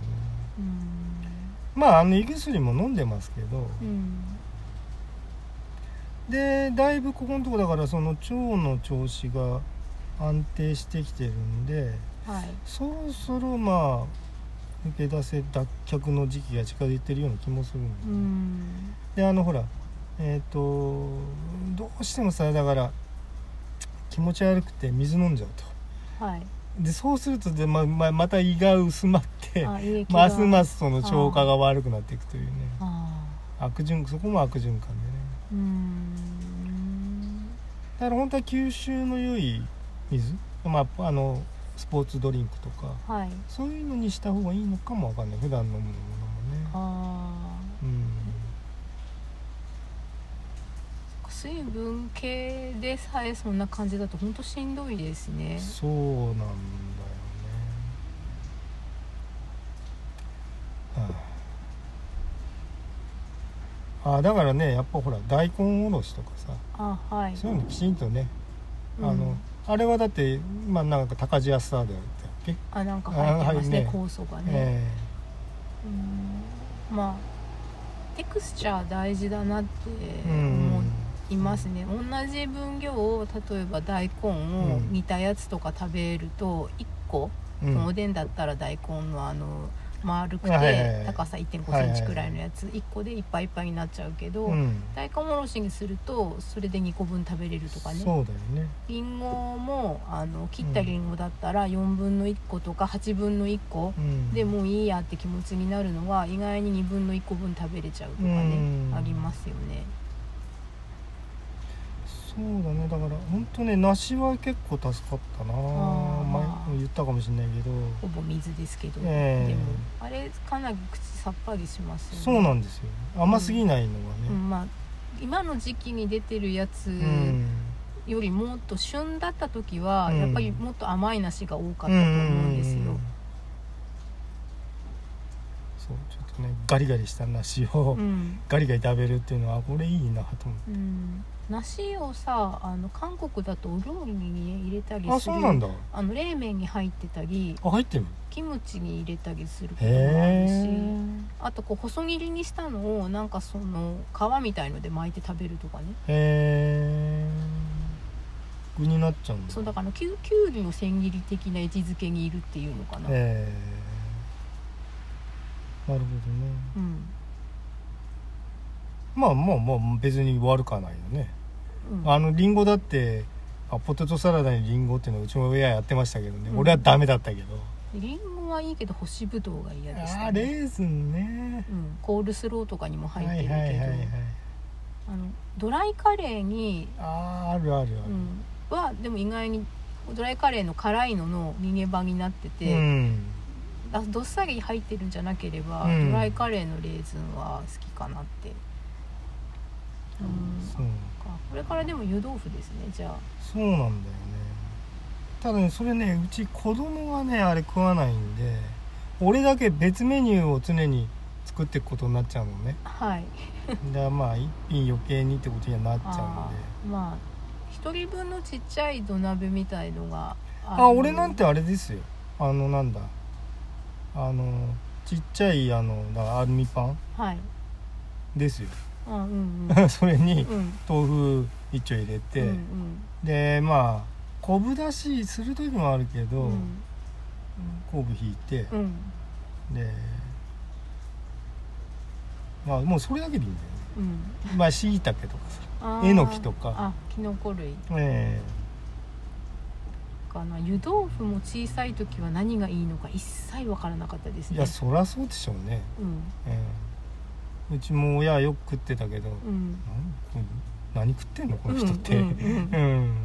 [SPEAKER 2] うん
[SPEAKER 1] まああの胃薬も飲んでますけど、
[SPEAKER 2] うん
[SPEAKER 1] でだいぶここのとこだからその腸の調子が安定してきてるんで
[SPEAKER 2] はい
[SPEAKER 1] そろそろまあ抜け出せ脱却の時期が近づいてるような気もするんで,、
[SPEAKER 2] うん
[SPEAKER 1] であのほらえっ、とどうしてもさだから気持ち悪くて水飲んじゃうと
[SPEAKER 2] はい
[SPEAKER 1] でそうするとで、まままた胃が薄まって
[SPEAKER 2] あ胃液
[SPEAKER 1] ま
[SPEAKER 2] が
[SPEAKER 1] すますその消化が悪くなっていくというね
[SPEAKER 2] あ
[SPEAKER 1] 悪循そこも悪循環でね
[SPEAKER 2] ーうん
[SPEAKER 1] だから本当は吸収の良い水、まあ、あのスポーツドリンクとか
[SPEAKER 2] はい
[SPEAKER 1] そういうのにした方がいいのかもわかんない普段飲むものもね
[SPEAKER 2] あ
[SPEAKER 1] うん
[SPEAKER 2] ー水分系でさえそんな感じだと本当しんどいですね
[SPEAKER 1] そうなんだよね、はああだからねやっぱほら大根おろしとかさ
[SPEAKER 2] あはい
[SPEAKER 1] そういうのきちんとね、
[SPEAKER 2] うん
[SPEAKER 1] あのあれはだってまあなんか高地アスターだよってっけ、
[SPEAKER 2] あなんか入ってます
[SPEAKER 1] あ
[SPEAKER 2] ね
[SPEAKER 1] はいね
[SPEAKER 2] 酵素がね、
[SPEAKER 1] え
[SPEAKER 2] うんまあテクスチャー大事だなって
[SPEAKER 1] え
[SPEAKER 2] 思いますね、同じ分量を例えば大根
[SPEAKER 1] う
[SPEAKER 2] を
[SPEAKER 1] ん
[SPEAKER 2] 煮たやつとか食べると1個、
[SPEAKER 1] うん
[SPEAKER 2] おでんだったら大根のあの丸く
[SPEAKER 1] はいはいは
[SPEAKER 2] て
[SPEAKER 1] い
[SPEAKER 2] 高さ1 5
[SPEAKER 1] はい
[SPEAKER 2] セ
[SPEAKER 1] は
[SPEAKER 2] ン
[SPEAKER 1] い
[SPEAKER 2] チくらいのやつ1個でいっぱいいっぱいになっちゃうけど、
[SPEAKER 1] うん
[SPEAKER 2] 大根おろしにするとそれで2個分食べれるとかね
[SPEAKER 1] そうだよね
[SPEAKER 2] りんごもあの切ったりんごだったら4分の1個とか8分の1個
[SPEAKER 1] うん
[SPEAKER 2] でもういいやって気持ちになるのは意外に2分の1個分食べれちゃうとかね
[SPEAKER 1] うん
[SPEAKER 2] ありますよね
[SPEAKER 1] そうだねだから本当ね梨は結構助かったな
[SPEAKER 2] ー
[SPEAKER 1] 前も言ったかもしれないけど
[SPEAKER 2] ほぼ水ですけど、
[SPEAKER 1] ええ
[SPEAKER 2] でもあれかなり口さっぱりしますよね
[SPEAKER 1] そうなんですよ甘すぎないの
[SPEAKER 2] う
[SPEAKER 1] がね
[SPEAKER 2] んまあ今の時期に出てるやつ
[SPEAKER 1] うん、
[SPEAKER 2] よりもっと旬だった時は、
[SPEAKER 1] うん
[SPEAKER 2] やっぱりもっと甘い梨が多か
[SPEAKER 1] う
[SPEAKER 2] った
[SPEAKER 1] ん
[SPEAKER 2] と思うんですよ、
[SPEAKER 1] そうちょっとねガリガリした梨
[SPEAKER 2] う
[SPEAKER 1] を、
[SPEAKER 2] んうん
[SPEAKER 1] ガリガリ食べるっていうのはあこれいいなと思って
[SPEAKER 2] 梨をさあの韓国だとお料理に入れたりする
[SPEAKER 1] あそうなんだ
[SPEAKER 2] あの冷麺に入ってたり
[SPEAKER 1] あ入ってる
[SPEAKER 2] キムチに入れたりすることもある
[SPEAKER 1] へ
[SPEAKER 2] し
[SPEAKER 1] ー
[SPEAKER 2] あとこう細切りにしたのをなんかその皮みたいので巻いて食べるとかね
[SPEAKER 1] へー具になっちゃうんだ
[SPEAKER 2] そうだからきゅうきゅうりの千切り的な位置づけにいるっていうのかな、
[SPEAKER 1] えーなるほどね
[SPEAKER 2] うん
[SPEAKER 1] まあまあまあ別に悪くはないよね
[SPEAKER 2] うん
[SPEAKER 1] あのリンゴだってあポテトサラダにリンゴっていうのはうちも親やってましたけどね、
[SPEAKER 2] うん
[SPEAKER 1] 俺はダメだったけど
[SPEAKER 2] りんごはいいけど干しぶどうが嫌でした、
[SPEAKER 1] あーレーズンね
[SPEAKER 2] うん、コールスローとかにも入ってるけど、
[SPEAKER 1] はいはいはいはい
[SPEAKER 2] あのドライカレーに、
[SPEAKER 1] あーあるあるあ
[SPEAKER 2] う
[SPEAKER 1] る
[SPEAKER 2] ん、はでも意外にドライカレーの辛いのの逃げ場になって
[SPEAKER 1] うん、
[SPEAKER 2] て、あどっさり入ってるんじゃなければ、
[SPEAKER 1] うん
[SPEAKER 2] ドライカレーのレーズンは好きかなって、うん、そ
[SPEAKER 1] そう
[SPEAKER 2] っかこれからでも湯豆腐ですねじゃあ
[SPEAKER 1] そうなんだよねただねそれねうち子供がねあれ食わないんで俺だけ別メニューを常に作っていくことになっちゃうのね
[SPEAKER 2] はい
[SPEAKER 1] だからまあ一品余計にってことにはなっちゃ
[SPEAKER 2] あ
[SPEAKER 1] うんで
[SPEAKER 2] ーまあ一人分のちっちゃい土鍋みたいのがあ
[SPEAKER 1] あ俺なんてあれですよあのなんだあのちっちゃいあのだからアルミパン
[SPEAKER 2] はい
[SPEAKER 1] ですよ
[SPEAKER 2] あうんうん
[SPEAKER 1] それに
[SPEAKER 2] うん
[SPEAKER 1] 豆腐一丁入れて、
[SPEAKER 2] うんうん
[SPEAKER 1] でまあ昆布だしする時もあるけど、
[SPEAKER 2] うん
[SPEAKER 1] 昆布引いて、
[SPEAKER 2] うん
[SPEAKER 1] でまあもうそれだけでいいんだよ
[SPEAKER 2] うん
[SPEAKER 1] ねまあしいたけとかさ
[SPEAKER 2] あー
[SPEAKER 1] えのきとか
[SPEAKER 2] あきのこ類
[SPEAKER 1] え
[SPEAKER 2] かな湯豆腐も小さい時は何がいいのか一切わからなかったです
[SPEAKER 1] えい
[SPEAKER 2] ね
[SPEAKER 1] やそりゃそうでしょうね、
[SPEAKER 2] うん
[SPEAKER 1] ええうちも親はよく食ってたけど、
[SPEAKER 2] うん
[SPEAKER 1] なんこれ何食ってんのこの人って、
[SPEAKER 2] うんうん
[SPEAKER 1] うん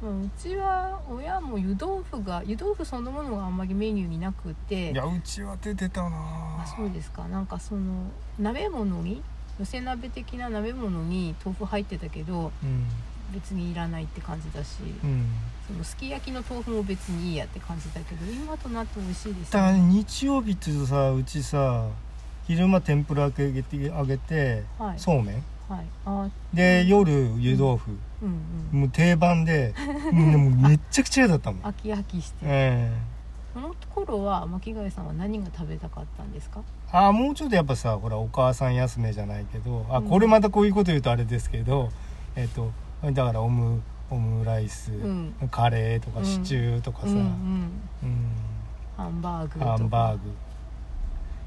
[SPEAKER 2] まあうちは親も湯豆腐が湯豆腐そのものがあんまりメニューになくて
[SPEAKER 1] いやうちは出てたな
[SPEAKER 2] あそうですかなんかその鍋物に寄せ鍋的な鍋物に豆腐入ってたけど
[SPEAKER 1] うん
[SPEAKER 2] 別にいらないって感じだし
[SPEAKER 1] うん
[SPEAKER 2] そのすき焼きの豆腐も別にいいやって感じだけど今となって美味しいです
[SPEAKER 1] だから
[SPEAKER 2] ね
[SPEAKER 1] 日曜日ってさうちさ昼間天ぷら揚げてあげて
[SPEAKER 2] はい
[SPEAKER 1] そうめん
[SPEAKER 2] はいあ
[SPEAKER 1] で夜湯豆腐、
[SPEAKER 2] うんうん
[SPEAKER 1] もう定番 でもうねもうめっちゃくちゃ嫌だったもん
[SPEAKER 2] 飽き飽きして
[SPEAKER 1] え
[SPEAKER 2] その頃は巻貝さんは何が食べたかったんですか
[SPEAKER 1] えああもうちょっとやっぱさほらお母さん休めじゃないけどあ
[SPEAKER 2] うん
[SPEAKER 1] これまたこういうこと言うとあれですけど、えっ、とだからオムオムライス、
[SPEAKER 2] ん
[SPEAKER 1] カレーと
[SPEAKER 2] う
[SPEAKER 1] か
[SPEAKER 2] ん
[SPEAKER 1] シチューとかさ、
[SPEAKER 2] うんうん
[SPEAKER 1] うん
[SPEAKER 2] ハンバーグとか
[SPEAKER 1] ハンバーグ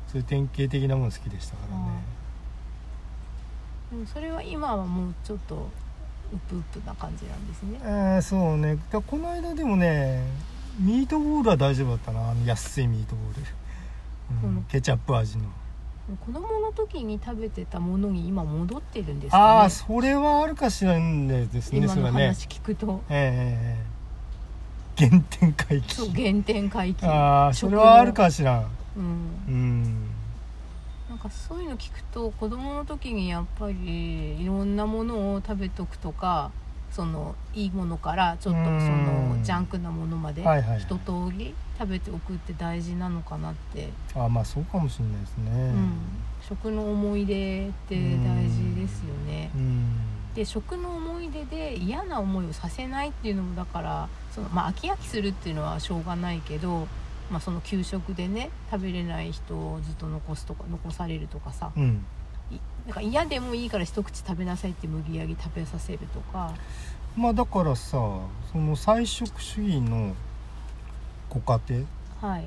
[SPEAKER 1] そういう典型的なもの好きでしたからね
[SPEAKER 2] でもそれは今はもうちょっとウプウプな感じなんですね
[SPEAKER 1] えーそうねだこの間でもねミートボールは大丈夫だったなあの安いミートボール、うん
[SPEAKER 2] うん
[SPEAKER 1] ケチャップ味の
[SPEAKER 2] 子供の時に食べてたものに今戻ってるんですかね
[SPEAKER 1] ああそれはあるかしらんですね
[SPEAKER 2] 今
[SPEAKER 1] それ
[SPEAKER 2] の
[SPEAKER 1] はね
[SPEAKER 2] 話聞くと、
[SPEAKER 1] ええええええ原点回
[SPEAKER 2] そう
[SPEAKER 1] 帰
[SPEAKER 2] 原点回帰
[SPEAKER 1] ああそ
[SPEAKER 2] 食
[SPEAKER 1] れ
[SPEAKER 2] の
[SPEAKER 1] はあるかしらん
[SPEAKER 2] うん
[SPEAKER 1] うん
[SPEAKER 2] なんかそういうの聞くと子供の時にやっぱりいろんなものを食べとくとかそのいいものからちょっとその
[SPEAKER 1] うん
[SPEAKER 2] ジャンクなものまで
[SPEAKER 1] はいはいはい
[SPEAKER 2] 一通り食べておくって大事なのかなって、
[SPEAKER 1] ああまあそうかもしれないですね、
[SPEAKER 2] うん食の思い出って大事ですよね。
[SPEAKER 1] うん
[SPEAKER 2] で食の思い出で嫌な思いをさせないっていうのもだからその、まあ、飽き飽きするっていうのはしょうがないけど、まあ、その給食でね食べれない人をずっと残すとか残されるとかさ
[SPEAKER 1] うん
[SPEAKER 2] いなんか嫌でもいいから一口食べなさいって無理やり食べさせるとか
[SPEAKER 1] まあだからさその菜食主義のご家庭
[SPEAKER 2] はい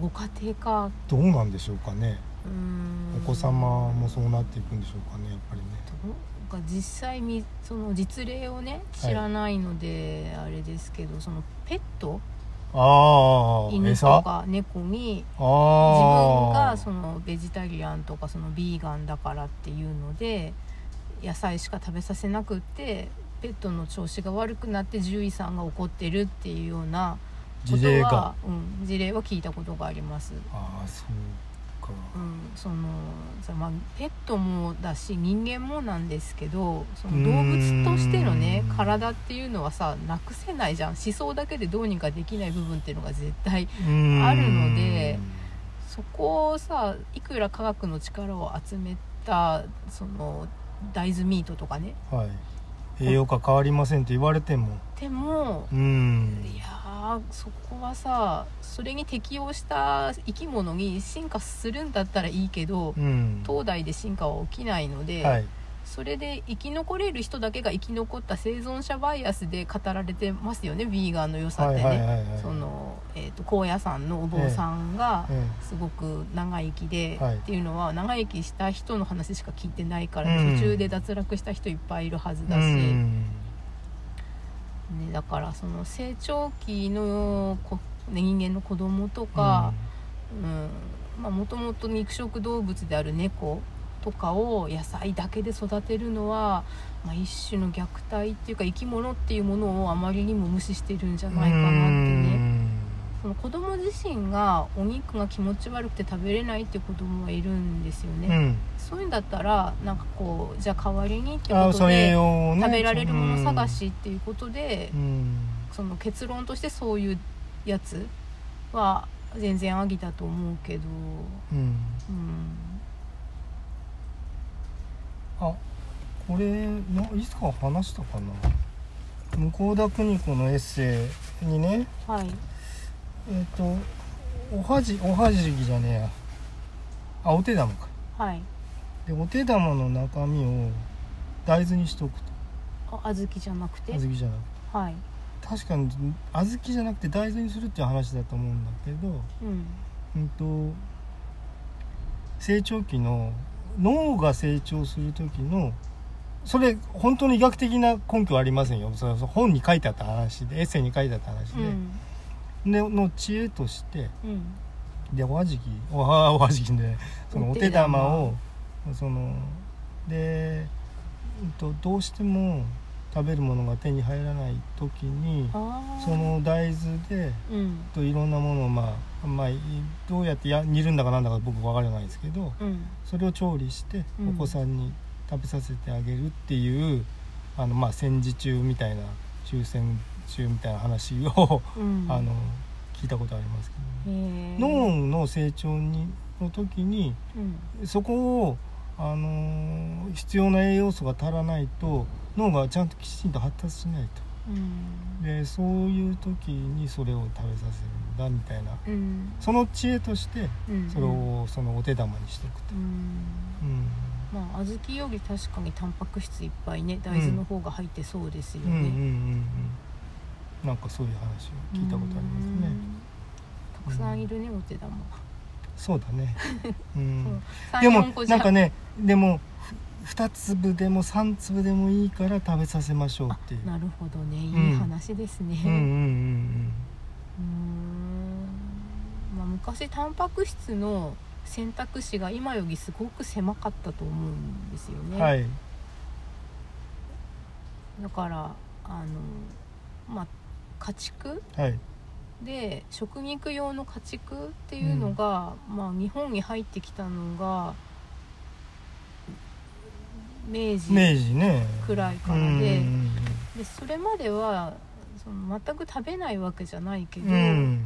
[SPEAKER 2] ご家庭か
[SPEAKER 1] どうなんでしょうかね
[SPEAKER 2] うーん
[SPEAKER 1] お子様もそうなっていくんでしょうかねやっぱりね
[SPEAKER 2] なんか実際にその実例をね知らないのであれですけど、そのペット
[SPEAKER 1] ああ
[SPEAKER 2] 犬と
[SPEAKER 1] 餌あ
[SPEAKER 2] か猫に自分
[SPEAKER 1] あ
[SPEAKER 2] がそのベジタリアンとかそのビーガンだからっていうので野菜しか食べさせなくってペットの調子が悪くなって獣医さんが怒ってるっていうようなこと
[SPEAKER 1] 事例が
[SPEAKER 2] は、うん、事例は聞いたことがあります。
[SPEAKER 1] ああそうか
[SPEAKER 2] うん、そのさまあペットもだし人間もなんですけどそう
[SPEAKER 1] ー
[SPEAKER 2] の
[SPEAKER 1] ん
[SPEAKER 2] 動物としてのね体っていうのはさなくせないじゃん思想だけでどうにかできない部分っていうのが絶対
[SPEAKER 1] うーん
[SPEAKER 2] あるのでそこをさいくら科学の力を集めたその大豆ミートとかね
[SPEAKER 1] はい栄養価変わりませんって言われても
[SPEAKER 2] でも
[SPEAKER 1] うーん
[SPEAKER 2] いやーそこはさそれに適応した生き物に進化するんだったらいいけど
[SPEAKER 1] うん
[SPEAKER 2] 東大で進化は起きないので。
[SPEAKER 1] はい
[SPEAKER 2] それで生き残れる人だけが生き残った生存者バイアスで語られてますよねビーガンの良さ
[SPEAKER 1] はい
[SPEAKER 2] ってね、
[SPEAKER 1] はいはいはい
[SPEAKER 2] その、えー、と高野山のお坊さんが
[SPEAKER 1] え
[SPEAKER 2] すごく長生きで、
[SPEAKER 1] はい
[SPEAKER 2] っていうのは長生きした人の話しか聞いてないから、
[SPEAKER 1] うん
[SPEAKER 2] 途中で脱落した人いっぱいいるはず
[SPEAKER 1] え
[SPEAKER 2] だし、ね、
[SPEAKER 1] ん
[SPEAKER 2] だからその成長期のこ、ね、人間の子供とか、うんまあ、もともと肉食動物である猫とかを野菜だけで育てるのは、まあ、一種の虐待っていうか生き物っていうものをあまりにも無視してるんじゃないかなって
[SPEAKER 1] う
[SPEAKER 2] ね
[SPEAKER 1] ん
[SPEAKER 2] その子供自身がお肉が気持ち悪くて食べれないっていう子供はいるんですよ
[SPEAKER 1] う
[SPEAKER 2] ね、
[SPEAKER 1] ん
[SPEAKER 2] そういうんだったらなんかこうじゃあ代わりにって
[SPEAKER 1] あ
[SPEAKER 2] こ
[SPEAKER 1] あ
[SPEAKER 2] と
[SPEAKER 1] それ
[SPEAKER 2] で
[SPEAKER 1] をね
[SPEAKER 2] 食べられるもの探しっていうことで
[SPEAKER 1] う、ん
[SPEAKER 2] その結論としてそういうやつは全然ありだと思うけど。
[SPEAKER 1] うん
[SPEAKER 2] うん
[SPEAKER 1] あこれないつか話したかな向田邦子のエッセイにね
[SPEAKER 2] はい
[SPEAKER 1] えっ、とおはじおはじきじゃねえやあお手玉か
[SPEAKER 2] はい
[SPEAKER 1] でお手玉の中身を大豆にしとくと
[SPEAKER 2] あ小豆じゃなくて
[SPEAKER 1] 小豆じゃなく
[SPEAKER 2] はい
[SPEAKER 1] て確かに小豆じゃなくて大豆にするっていう話だと思うんだけど
[SPEAKER 2] うん
[SPEAKER 1] うんと成長期の脳が成長する時のそれ本当に医学的な根拠はありませんよそれは本に書いてあった話でエッセイに書いてあった話
[SPEAKER 2] う
[SPEAKER 1] で、
[SPEAKER 2] ん
[SPEAKER 1] での知恵として
[SPEAKER 2] うん
[SPEAKER 1] でおはじきおはおはじきでその
[SPEAKER 2] お
[SPEAKER 1] お
[SPEAKER 2] 手
[SPEAKER 1] 手
[SPEAKER 2] 玉
[SPEAKER 1] 玉をそので、うんと、どうしても食べるものが手に入らない時に
[SPEAKER 2] ああ
[SPEAKER 1] その大豆で
[SPEAKER 2] うん
[SPEAKER 1] といろんなものを、まあまあ、いどうやってや煮るんだかなんだか僕分からないですけど
[SPEAKER 2] うん
[SPEAKER 1] それを調理して
[SPEAKER 2] うん
[SPEAKER 1] お子さんに食べさせてあげるっていう、あのまあ、戦時中みたいな終戦中みたいな話 を
[SPEAKER 2] うん
[SPEAKER 1] あの聞いたことありますけど、ね
[SPEAKER 2] へー
[SPEAKER 1] 脳の成長にの時に
[SPEAKER 2] うん
[SPEAKER 1] そこを、あのー必要な栄養素が足らないと脳がちゃんときちんと発達しないと。
[SPEAKER 2] うん
[SPEAKER 1] でそういう時にそれを食べさせるんだみたいな
[SPEAKER 2] うん
[SPEAKER 1] その知恵として
[SPEAKER 2] うん
[SPEAKER 1] それをそのお手玉にしておくと
[SPEAKER 2] う、ん
[SPEAKER 1] うん
[SPEAKER 2] まあ小豆より確かにタンパク質いっぱいね大豆の方が入ってそうですよ
[SPEAKER 1] うんうんうんう
[SPEAKER 2] ね
[SPEAKER 1] んなんかそういう話を聞いたことありますね
[SPEAKER 2] うんたくさんいるねお手玉
[SPEAKER 1] そうだ ね、う
[SPEAKER 2] そ
[SPEAKER 1] ん
[SPEAKER 2] う、3
[SPEAKER 1] で
[SPEAKER 2] 4
[SPEAKER 1] も
[SPEAKER 2] 個じゃ
[SPEAKER 1] なんかねでも2粒でも3粒でもいいから食べさせましょうっていう
[SPEAKER 2] なるほどねい
[SPEAKER 1] うん
[SPEAKER 2] い話ですね
[SPEAKER 1] うんうんうん
[SPEAKER 2] うーんまあ、昔タンパク質の選択肢が今よりすごく狭かったと思うんですよ
[SPEAKER 1] う
[SPEAKER 2] ね、
[SPEAKER 1] んはい
[SPEAKER 2] だからあの、まあ、家畜
[SPEAKER 1] はい
[SPEAKER 2] で食肉用の家畜っていうのが、まあ、日本に入ってきたのが明治
[SPEAKER 1] 明治ね
[SPEAKER 2] くらいからで,、
[SPEAKER 1] うん
[SPEAKER 2] でそれまではその全く食べないわけじゃないけ
[SPEAKER 1] う
[SPEAKER 2] ど、
[SPEAKER 1] んうん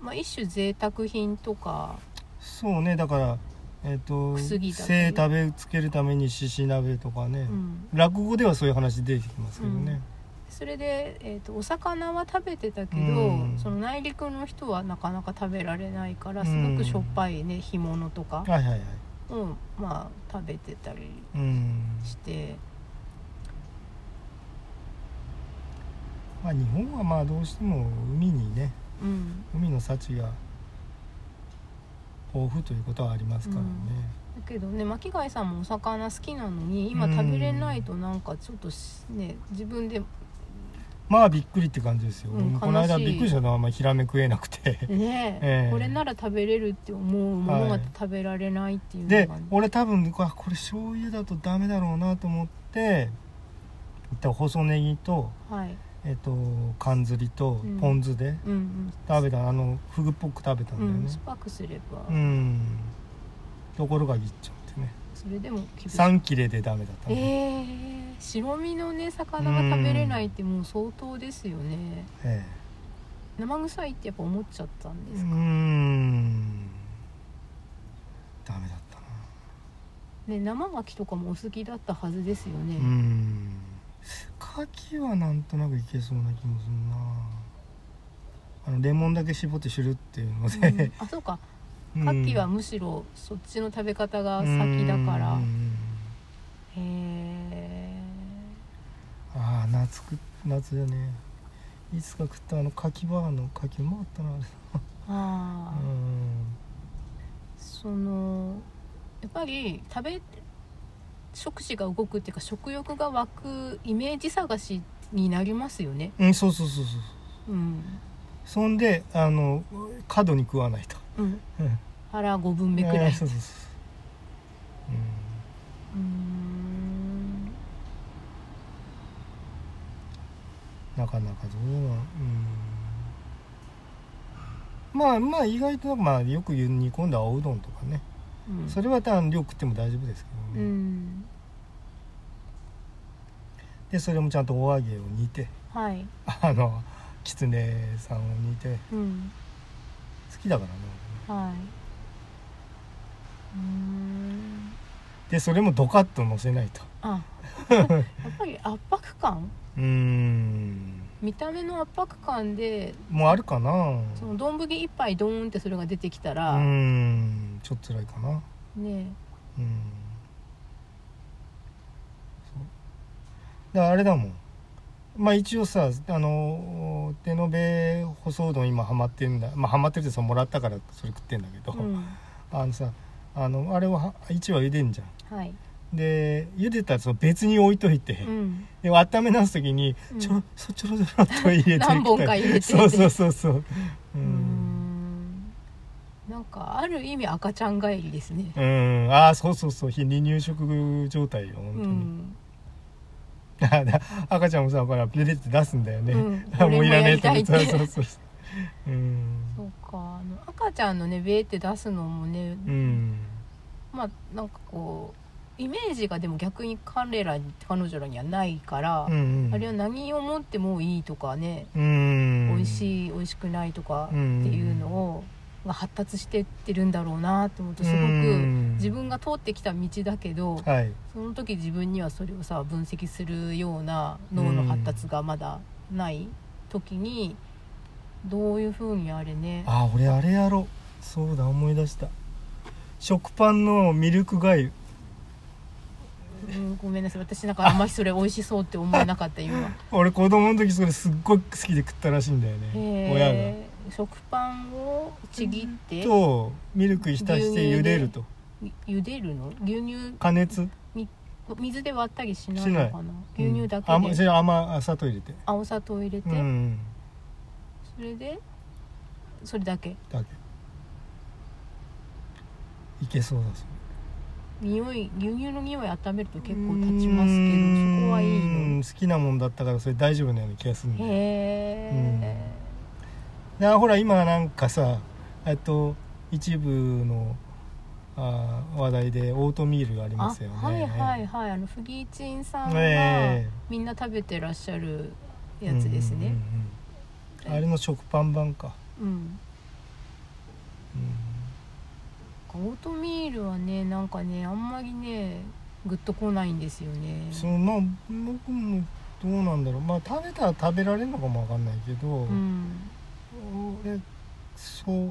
[SPEAKER 2] まあ、一種贅沢品とか
[SPEAKER 1] そうねだからえっと
[SPEAKER 2] 薬だった
[SPEAKER 1] 背
[SPEAKER 2] り
[SPEAKER 1] 食べつけるために獅子鍋とかね、
[SPEAKER 2] うん、
[SPEAKER 1] 落語ではそういう話出てきますけどね、
[SPEAKER 2] それで、えー、とお魚は食べてたけど、
[SPEAKER 1] うん
[SPEAKER 2] その内陸の人はなかなか食べられないから
[SPEAKER 1] うん
[SPEAKER 2] すごくしょっぱいね干物とか
[SPEAKER 1] はいはいはい
[SPEAKER 2] を、まあ、食べてたり
[SPEAKER 1] うん
[SPEAKER 2] して
[SPEAKER 1] まあ日本はまあどうしても海にね
[SPEAKER 2] うん
[SPEAKER 1] 海の幸が豊富ということはありますからね、
[SPEAKER 2] だけどね巻貝さんもお魚好きなのに今食べれないとなんかちょっとしね自分で
[SPEAKER 1] まあびっくりって感じですよ、
[SPEAKER 2] うん
[SPEAKER 1] 僕この間
[SPEAKER 2] 悲しい
[SPEAKER 1] びっくりしたのはあんまりヒラメ食えなくて
[SPEAKER 2] ね、
[SPEAKER 1] ええ
[SPEAKER 2] これなら食べれるって思うものが食べられないっていうの
[SPEAKER 1] で
[SPEAKER 2] が、ね
[SPEAKER 1] 俺多分あこれ醤油だとダメだろうなと思って一旦細ネギと
[SPEAKER 2] はい、
[SPEAKER 1] えっと缶ずりと
[SPEAKER 2] うん
[SPEAKER 1] ポン酢で
[SPEAKER 2] うん
[SPEAKER 1] 食べた、あのフグっぽく食べたん
[SPEAKER 2] う
[SPEAKER 1] だよ
[SPEAKER 2] ん、うん、
[SPEAKER 1] ね
[SPEAKER 2] スパークすれば、
[SPEAKER 1] うん、ところがぎっちゃってね
[SPEAKER 2] それでも厳しい
[SPEAKER 1] 3切れでダメだったんだよね
[SPEAKER 2] えー、白身のね魚が食べれないってもう相当ですよね
[SPEAKER 1] え
[SPEAKER 2] 生臭いってやっぱ思っちゃったん
[SPEAKER 1] えう
[SPEAKER 2] です
[SPEAKER 1] ー
[SPEAKER 2] か、
[SPEAKER 1] んダメだったな
[SPEAKER 2] ね生牡蠣とかもお好きだったはずですよね、
[SPEAKER 1] うん牡蠣はなんとなくいけそうな気もするなあのレモンだけ絞ってシュルっていうの
[SPEAKER 2] う
[SPEAKER 1] で
[SPEAKER 2] んあそうか
[SPEAKER 1] 牡
[SPEAKER 2] 牡蠣はむしろそっちの食べ方が先だからへえ
[SPEAKER 1] ああ夏く夏だねいつか食ったあの牡蠣バーの牡蠣うまかったなあれ
[SPEAKER 2] ああ、
[SPEAKER 1] うん
[SPEAKER 2] そのやっぱり食べ食事が動くっていうか食欲が湧くイメージ探しになりますよね
[SPEAKER 1] うんそうそうそうそう
[SPEAKER 2] うん、
[SPEAKER 1] そんであの過度に食わないと
[SPEAKER 2] うん、
[SPEAKER 1] うん
[SPEAKER 2] 腹5分目くら
[SPEAKER 1] えー
[SPEAKER 2] い
[SPEAKER 1] そうそうそう
[SPEAKER 2] うーん
[SPEAKER 1] うんなかなかどうなんうんまあまあ意外とまあよく言う煮込んだ青うどんとかね
[SPEAKER 2] うん
[SPEAKER 1] それは単量食っても大丈夫ですけ
[SPEAKER 2] う
[SPEAKER 1] どね、
[SPEAKER 2] ん
[SPEAKER 1] でそれもちゃんとお揚げを煮て
[SPEAKER 2] はい
[SPEAKER 1] あのきつねさんを煮て
[SPEAKER 2] うん
[SPEAKER 1] 好きだからね
[SPEAKER 2] はいうーん
[SPEAKER 1] でそれもドカッと乗せないと
[SPEAKER 2] あやっぱり圧迫感
[SPEAKER 1] うーん
[SPEAKER 2] 見た目の圧迫感で
[SPEAKER 1] もうあるかな
[SPEAKER 2] その丼一杯ドーンってそれが出てきた
[SPEAKER 1] う
[SPEAKER 2] ら、
[SPEAKER 1] ーんちょっと辛いかな
[SPEAKER 2] ね
[SPEAKER 1] うんそうだからあれだもんまあ一応さあの手延べ舗装うどん今ハマってんだまあハマってるってそのもらったからそれ食ってんだけど、
[SPEAKER 2] うん
[SPEAKER 1] あのさあのあれをは一は茹でんじゃん
[SPEAKER 2] はい、
[SPEAKER 1] で茹でたらその別に置いといて、
[SPEAKER 2] うん、
[SPEAKER 1] で温め直す時に
[SPEAKER 2] うん
[SPEAKER 1] ちょろ、そちょろちょろっと入れていく
[SPEAKER 2] 何本か入れて
[SPEAKER 1] そうそうそうそうう
[SPEAKER 2] うー
[SPEAKER 1] ん
[SPEAKER 2] んなんかある意味赤ちゃん帰りですね
[SPEAKER 1] うんああそうそうそう非離乳食状態よ
[SPEAKER 2] う
[SPEAKER 1] 本当に、
[SPEAKER 2] ん、
[SPEAKER 1] 赤ちゃんもさほらプレって出すんだよね、
[SPEAKER 2] うん、
[SPEAKER 1] もういらねえとそ
[SPEAKER 2] 俺もやりたいうって
[SPEAKER 1] そうそうそううん
[SPEAKER 2] そうかあの赤ちゃんのねベーって出すのもね、
[SPEAKER 1] うん
[SPEAKER 2] まあなんかこうイメージがでも逆に彼らに彼女らにはないから、
[SPEAKER 1] うんうん
[SPEAKER 2] あれは何を持ってもいいとかね、
[SPEAKER 1] うん
[SPEAKER 2] 美味
[SPEAKER 1] い
[SPEAKER 2] しい美味しくないとか
[SPEAKER 1] う
[SPEAKER 2] って
[SPEAKER 1] ん
[SPEAKER 2] いうのを、が発達してってるんだろうなって思うとすごく、自分が通ってきた道だけど、
[SPEAKER 1] はい
[SPEAKER 2] その時自分にはそれをさ分析するような脳の発達がまだない時に、どういうふうにあれね
[SPEAKER 1] あ俺あれやろうそうだ思い出した食パンのミルクがゆ
[SPEAKER 2] うん、ごめんなさい私なんかあんまりそれ美味しそうって思えなかった今
[SPEAKER 1] 俺子供の時それすっごい好きで食ったらしいんだよね親
[SPEAKER 2] へー食パンをちぎって
[SPEAKER 1] がとミルクに浸して茹でると
[SPEAKER 2] 茹でるの牛乳
[SPEAKER 1] 加熱
[SPEAKER 2] 水で割ったりしないのかな牛乳だけ
[SPEAKER 1] うん
[SPEAKER 2] で、
[SPEAKER 1] 甘それ甘砂糖入れて
[SPEAKER 2] あお砂糖入れて、
[SPEAKER 1] うん
[SPEAKER 2] それでそれだけ
[SPEAKER 1] だけいけそうだそ
[SPEAKER 2] 匂い牛乳の匂い温めると
[SPEAKER 1] れ
[SPEAKER 2] 結構立ちますけどそこはいいうの
[SPEAKER 1] ん好きなもんだったからそれ大丈夫なような気がするんだよ
[SPEAKER 2] へ
[SPEAKER 1] だからほら今なんかさえっと一部のあー話題でオートミールあり
[SPEAKER 2] ー
[SPEAKER 1] ますよね
[SPEAKER 2] あはいはいはいあのフギーチンさんが
[SPEAKER 1] ええ
[SPEAKER 2] みんな食べてらっしゃるやつです
[SPEAKER 1] うんう
[SPEAKER 2] ね
[SPEAKER 1] んうんうんあれの食パン版か、
[SPEAKER 2] うん
[SPEAKER 1] うん
[SPEAKER 2] かオートミールはねなんかねあんまりねグッとこないんですよね
[SPEAKER 1] そのまあ僕もどうなんだろうまあ食べたら食べられるのかもわかんないけど、
[SPEAKER 2] うん
[SPEAKER 1] 俺そう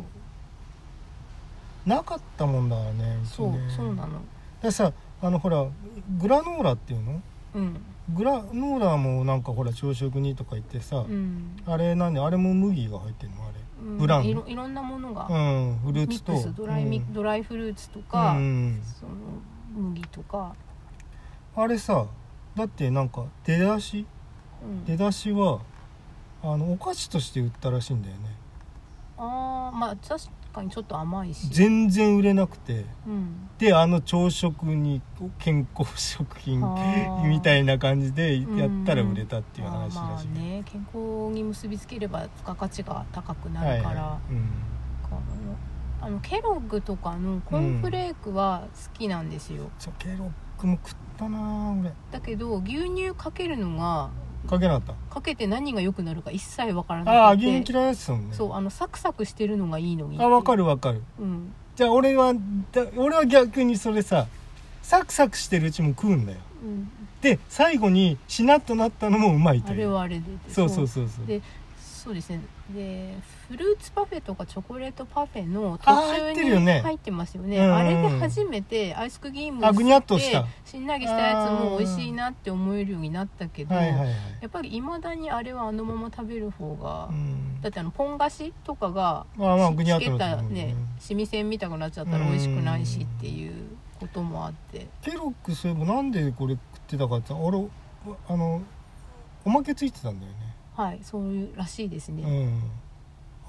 [SPEAKER 1] なかったもんだからねち
[SPEAKER 2] そう
[SPEAKER 1] ね
[SPEAKER 2] そう
[SPEAKER 1] だ
[SPEAKER 2] な
[SPEAKER 1] か
[SPEAKER 2] の
[SPEAKER 1] らさあのほらグラノーラっていうの
[SPEAKER 2] うん
[SPEAKER 1] グラノーラもなんかほら朝食にとか言ってさ、
[SPEAKER 2] うん
[SPEAKER 1] あれなんであれも麦が入ってるのあれ
[SPEAKER 2] うん
[SPEAKER 1] ブラウン
[SPEAKER 2] いろいろんなものが、
[SPEAKER 1] うんフルー
[SPEAKER 2] ミ
[SPEAKER 1] ツ
[SPEAKER 2] ッ
[SPEAKER 1] と
[SPEAKER 2] クスドライミ、
[SPEAKER 1] うん
[SPEAKER 2] ドライフルーツとか、
[SPEAKER 1] うん
[SPEAKER 2] その麦とか、
[SPEAKER 1] あれさだってなんか出だし
[SPEAKER 2] うん
[SPEAKER 1] 出だしはあのお菓子として売ったらしいんだよね
[SPEAKER 2] ああまあ確かにちょっと甘いし
[SPEAKER 1] 全然売れなくて
[SPEAKER 2] うん
[SPEAKER 1] であの朝食に健康食品
[SPEAKER 2] あー
[SPEAKER 1] みたいな感じでやったら売れたっていう話
[SPEAKER 2] まあ
[SPEAKER 1] ら
[SPEAKER 2] ま
[SPEAKER 1] し
[SPEAKER 2] あ
[SPEAKER 1] い、
[SPEAKER 2] ね健康に結びつければ付加価値が高くなるから、
[SPEAKER 1] いうん、
[SPEAKER 2] このあのケロッグとかのコーンフレークは好きなんですよ、
[SPEAKER 1] そうケロックも食ったなぁ俺
[SPEAKER 2] だけど牛乳かけるのが
[SPEAKER 1] かけなかっ
[SPEAKER 2] かけて何が良くなるか一切わから
[SPEAKER 1] たああ
[SPEAKER 2] な
[SPEAKER 1] ー
[SPEAKER 2] くて
[SPEAKER 1] 牛乳嫌いですもんね
[SPEAKER 2] そうあのサクサクしてるのがいいのに
[SPEAKER 1] あわか
[SPEAKER 2] る、
[SPEAKER 1] るわかる
[SPEAKER 2] うん、
[SPEAKER 1] じゃあ俺はだ俺は逆にそれさサクサクしてるうちも食うんだよ
[SPEAKER 2] うん、
[SPEAKER 1] で最後にしなっとなったのもうまいと
[SPEAKER 2] あ
[SPEAKER 1] い
[SPEAKER 2] れ
[SPEAKER 1] う
[SPEAKER 2] はあれで
[SPEAKER 1] そうそうそうそう
[SPEAKER 2] でそうですねでフルーツパフェとかチョコレートパフェの途
[SPEAKER 1] あー
[SPEAKER 2] 中
[SPEAKER 1] 入ってるよね
[SPEAKER 2] に入ってますよね
[SPEAKER 1] うんうん
[SPEAKER 2] あれで初めてアイスクリーム
[SPEAKER 1] あ
[SPEAKER 2] を
[SPEAKER 1] ぐにゃっと
[SPEAKER 2] 吸
[SPEAKER 1] してた
[SPEAKER 2] しんなりしたやつも美味しいなって思えるようになったけど、
[SPEAKER 1] はいはいはい、
[SPEAKER 2] やっぱりいまだにあれはあのまま食べる方が、
[SPEAKER 1] うん、
[SPEAKER 2] だってあのポン菓子とかが
[SPEAKER 1] まあまあぐにゃっと
[SPEAKER 2] つけ
[SPEAKER 1] な
[SPEAKER 2] た
[SPEAKER 1] ってる
[SPEAKER 2] ねシミ栓みたくなっちゃったら美味しくないしっていうこともあって
[SPEAKER 1] ケロックそういえばなんでこれ食ってたかって俺あのおまけついてたんだよね
[SPEAKER 2] はいそういうらしいですね、
[SPEAKER 1] うん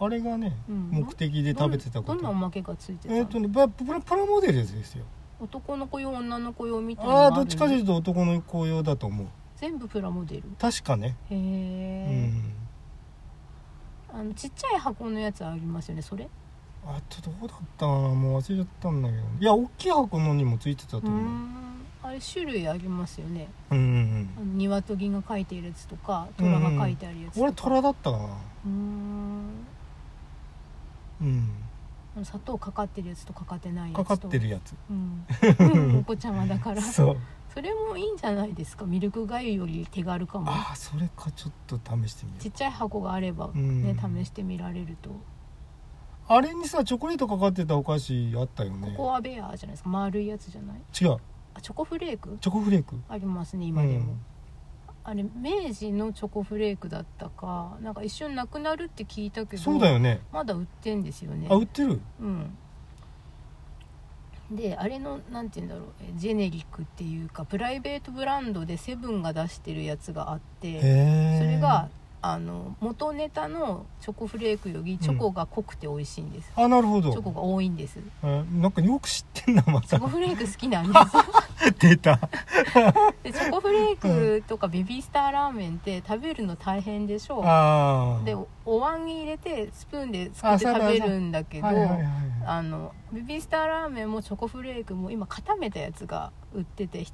[SPEAKER 1] あれがね、
[SPEAKER 2] うん
[SPEAKER 1] 目的で食べてたこ
[SPEAKER 2] どんどんなお
[SPEAKER 1] と
[SPEAKER 2] まけがついてたの、
[SPEAKER 1] えっ、とねばプラプラモデルですよ
[SPEAKER 2] 男の子用女の子用みたいなの
[SPEAKER 1] ああ
[SPEAKER 2] が
[SPEAKER 1] ど
[SPEAKER 2] る
[SPEAKER 1] っちかというと男の子用だと思う
[SPEAKER 2] 全部プラモデル
[SPEAKER 1] 確かね、
[SPEAKER 2] へ
[SPEAKER 1] う
[SPEAKER 2] え、
[SPEAKER 1] ん
[SPEAKER 2] あのちっちゃい箱のやつありますよねそれ
[SPEAKER 1] あとどうだったかなもう忘れちゃったんだけどいや大きい箱のにもついてたと
[SPEAKER 2] う
[SPEAKER 1] 思う、うん、
[SPEAKER 2] んあれ種類ありますよね
[SPEAKER 1] うん
[SPEAKER 2] あの鶏が描いてるやつとか虎が描いてあるや
[SPEAKER 1] う
[SPEAKER 2] つと
[SPEAKER 1] ん
[SPEAKER 2] か
[SPEAKER 1] 俺虎だったかな
[SPEAKER 2] うーん
[SPEAKER 1] うん
[SPEAKER 2] あの砂糖かかってるやつとかかってないやつ
[SPEAKER 1] か
[SPEAKER 2] と
[SPEAKER 1] かってるやつ
[SPEAKER 2] うん、お子ちゃまだからそ
[SPEAKER 1] そう
[SPEAKER 2] れもいいんじゃないですかミルクがゆより手軽かも
[SPEAKER 1] ああそれかちょっと試してみよう
[SPEAKER 2] ちっちゃい箱があれば
[SPEAKER 1] うん
[SPEAKER 2] ね、試してみられると
[SPEAKER 1] あれにさチョコレートかかってたお菓子あったよね
[SPEAKER 2] ココアベアじゃないですか丸いやつじゃない
[SPEAKER 1] 違う
[SPEAKER 2] あチョコフレーク
[SPEAKER 1] チョコフレーク
[SPEAKER 2] ありますね今でも、
[SPEAKER 1] うん
[SPEAKER 2] あれ明治のチョコフレークだったかなんか一瞬なくなるって聞いたけど
[SPEAKER 1] そうだよね
[SPEAKER 2] まだ売ってんですよね
[SPEAKER 1] あ売ってる
[SPEAKER 2] うんであれのなんて言うんだろうえジェネリックっていうかプライベートブランドでセブンが出してるやつがあっ
[SPEAKER 1] へ
[SPEAKER 2] て
[SPEAKER 1] え
[SPEAKER 2] それがあの元ネタのチョコフレークよりチョコが濃くて美味しいんです、
[SPEAKER 1] あなるほど
[SPEAKER 2] チョコが多いんです
[SPEAKER 1] えーなんかよく知ってんなま
[SPEAKER 2] チョ
[SPEAKER 1] た
[SPEAKER 2] コフレーク好き なんです
[SPEAKER 1] 出た
[SPEAKER 2] でチョコフレークとかベビースターラーメンって食べるの大変でしょ
[SPEAKER 1] ああ
[SPEAKER 2] でおお椀に入れてスプーンですくって
[SPEAKER 1] あそう
[SPEAKER 2] 食
[SPEAKER 1] だ
[SPEAKER 2] べるんだけど
[SPEAKER 1] はいはいはいは
[SPEAKER 2] あのベビースターラーメンもチョコフレークも今固めたやつが売っててひ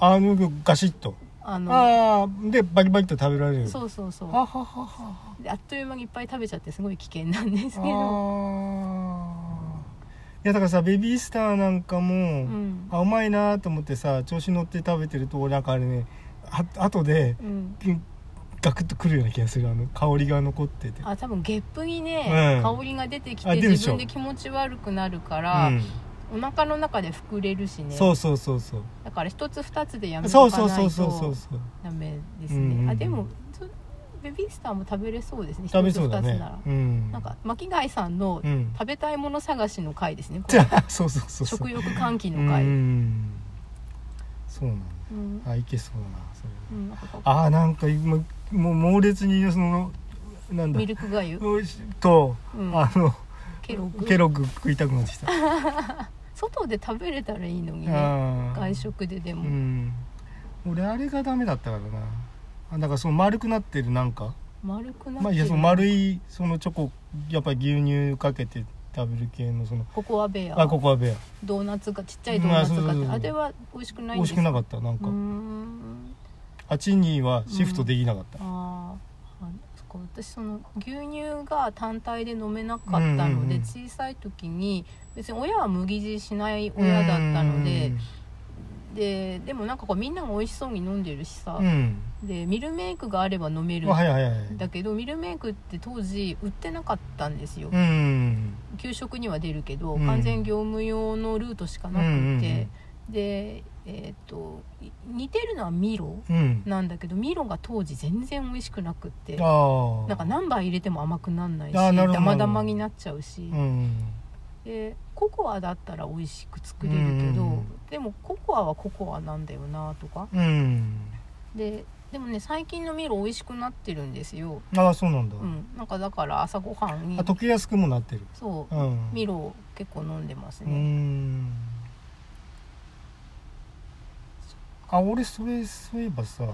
[SPEAKER 1] あのガシッと
[SPEAKER 2] あの
[SPEAKER 1] ああでバリバリと食べられる
[SPEAKER 2] そううそうそ
[SPEAKER 1] はは
[SPEAKER 2] う
[SPEAKER 1] はは
[SPEAKER 2] であっという間にいっぱい食べちゃってすごい危険なんですけど、
[SPEAKER 1] あーいやだからさベビースターなんか
[SPEAKER 2] う
[SPEAKER 1] も、
[SPEAKER 2] ん
[SPEAKER 1] あうまいなと思ってさ調子乗って食べてると俺なんかあれねあ後で
[SPEAKER 2] うん、
[SPEAKER 1] ガクッとくるような気がするあの香りが残ってて
[SPEAKER 2] あ多分ゲップにね、
[SPEAKER 1] うん
[SPEAKER 2] 香りが出てき
[SPEAKER 1] あ
[SPEAKER 2] て
[SPEAKER 1] 出るでし
[SPEAKER 2] 自
[SPEAKER 1] ょ
[SPEAKER 2] 分で気持ち悪くなるか
[SPEAKER 1] う
[SPEAKER 2] ら、
[SPEAKER 1] ん
[SPEAKER 2] お腹の中で膨れるしね
[SPEAKER 1] そうそうそうそう
[SPEAKER 2] だから一つ二つでやめと
[SPEAKER 1] そう
[SPEAKER 2] か
[SPEAKER 1] そう
[SPEAKER 2] な
[SPEAKER 1] そ
[SPEAKER 2] いう
[SPEAKER 1] そうそう
[SPEAKER 2] と
[SPEAKER 1] そう
[SPEAKER 2] ダメです
[SPEAKER 1] うんうんうん
[SPEAKER 2] ねあでもそベビースターも食べれそうですね
[SPEAKER 1] 食べそうだ
[SPEAKER 2] 一つ二
[SPEAKER 1] ね
[SPEAKER 2] つなら、
[SPEAKER 1] うん
[SPEAKER 2] なんか巻貝さんの
[SPEAKER 1] うん
[SPEAKER 2] 食べたいもの探しの回ですね、こ
[SPEAKER 1] じ
[SPEAKER 2] れ
[SPEAKER 1] ゃあそうそうそうそう
[SPEAKER 2] 食欲喚起
[SPEAKER 1] う
[SPEAKER 2] の回、うん
[SPEAKER 1] んそうなん
[SPEAKER 2] うん
[SPEAKER 1] だあいけそうだなそれ
[SPEAKER 2] なんかこ
[SPEAKER 1] あーなんか今もう猛烈にそのなん
[SPEAKER 2] う
[SPEAKER 1] だ
[SPEAKER 2] ミルクがゆ、
[SPEAKER 1] おいしと、
[SPEAKER 2] うん、
[SPEAKER 1] あの
[SPEAKER 2] ケロッグ
[SPEAKER 1] ケロッグ食いたくなってきた、
[SPEAKER 2] 外で食べれたらいいのにね
[SPEAKER 1] あー
[SPEAKER 2] 外食でで
[SPEAKER 1] う
[SPEAKER 2] も、
[SPEAKER 1] ん俺あれがダメだったからなあだからその丸くなってるなんか
[SPEAKER 2] 丸くなってる、
[SPEAKER 1] まあいやその丸いそのチョコやっぱり牛乳かけて食べる系のその
[SPEAKER 2] ココアベア
[SPEAKER 1] あここはベア
[SPEAKER 2] ドーナツがちっちゃいドーナツ
[SPEAKER 1] まあそ
[SPEAKER 2] が
[SPEAKER 1] うそうそう
[SPEAKER 2] あれは美味しく
[SPEAKER 1] 美
[SPEAKER 2] ないんで
[SPEAKER 1] 味
[SPEAKER 2] す
[SPEAKER 1] しくな
[SPEAKER 2] か
[SPEAKER 1] かったなん
[SPEAKER 2] う
[SPEAKER 1] か、
[SPEAKER 2] ーん
[SPEAKER 1] あっちにはシフトできなかった、
[SPEAKER 2] あーあか私その牛乳が単体で飲めなかったので、
[SPEAKER 1] うんうんうん
[SPEAKER 2] 小さい時に別に親は麦汁しない親だったので、ででもなんかこうみんなが美味しそうに飲んでるしさ、
[SPEAKER 1] うんうん
[SPEAKER 2] でミルメイクがあれば飲め
[SPEAKER 1] う
[SPEAKER 2] る
[SPEAKER 1] んあはいはいはい
[SPEAKER 2] だけどミルメイクって当時売ってなかったんですよ、
[SPEAKER 1] うん
[SPEAKER 2] 給食には出るけど、
[SPEAKER 1] うん
[SPEAKER 2] 完全業務用のルートしかなくて、でえっ、とい似てるのはミロ
[SPEAKER 1] うんうん
[SPEAKER 2] なんだけどミロが当時全然美味しくなくって
[SPEAKER 1] あー
[SPEAKER 2] なんか何杯入れても甘くなんないし
[SPEAKER 1] あーなるほど
[SPEAKER 2] ダマダマになっちゃうし、
[SPEAKER 1] うん
[SPEAKER 2] でココアだったら美味しく作れるけど、
[SPEAKER 1] うん
[SPEAKER 2] でもココアはココアなんだよなとか
[SPEAKER 1] うん
[SPEAKER 2] ででもね最近のミロ美味しくなってるんですよ、
[SPEAKER 1] ああそうなんだ、
[SPEAKER 2] うん、なんかだから朝ごはんに
[SPEAKER 1] あ溶けやすくもなってる
[SPEAKER 2] そう、
[SPEAKER 1] うん
[SPEAKER 2] ミロを結構飲んでます
[SPEAKER 1] うー
[SPEAKER 2] ね、
[SPEAKER 1] んあ俺それそういえばさ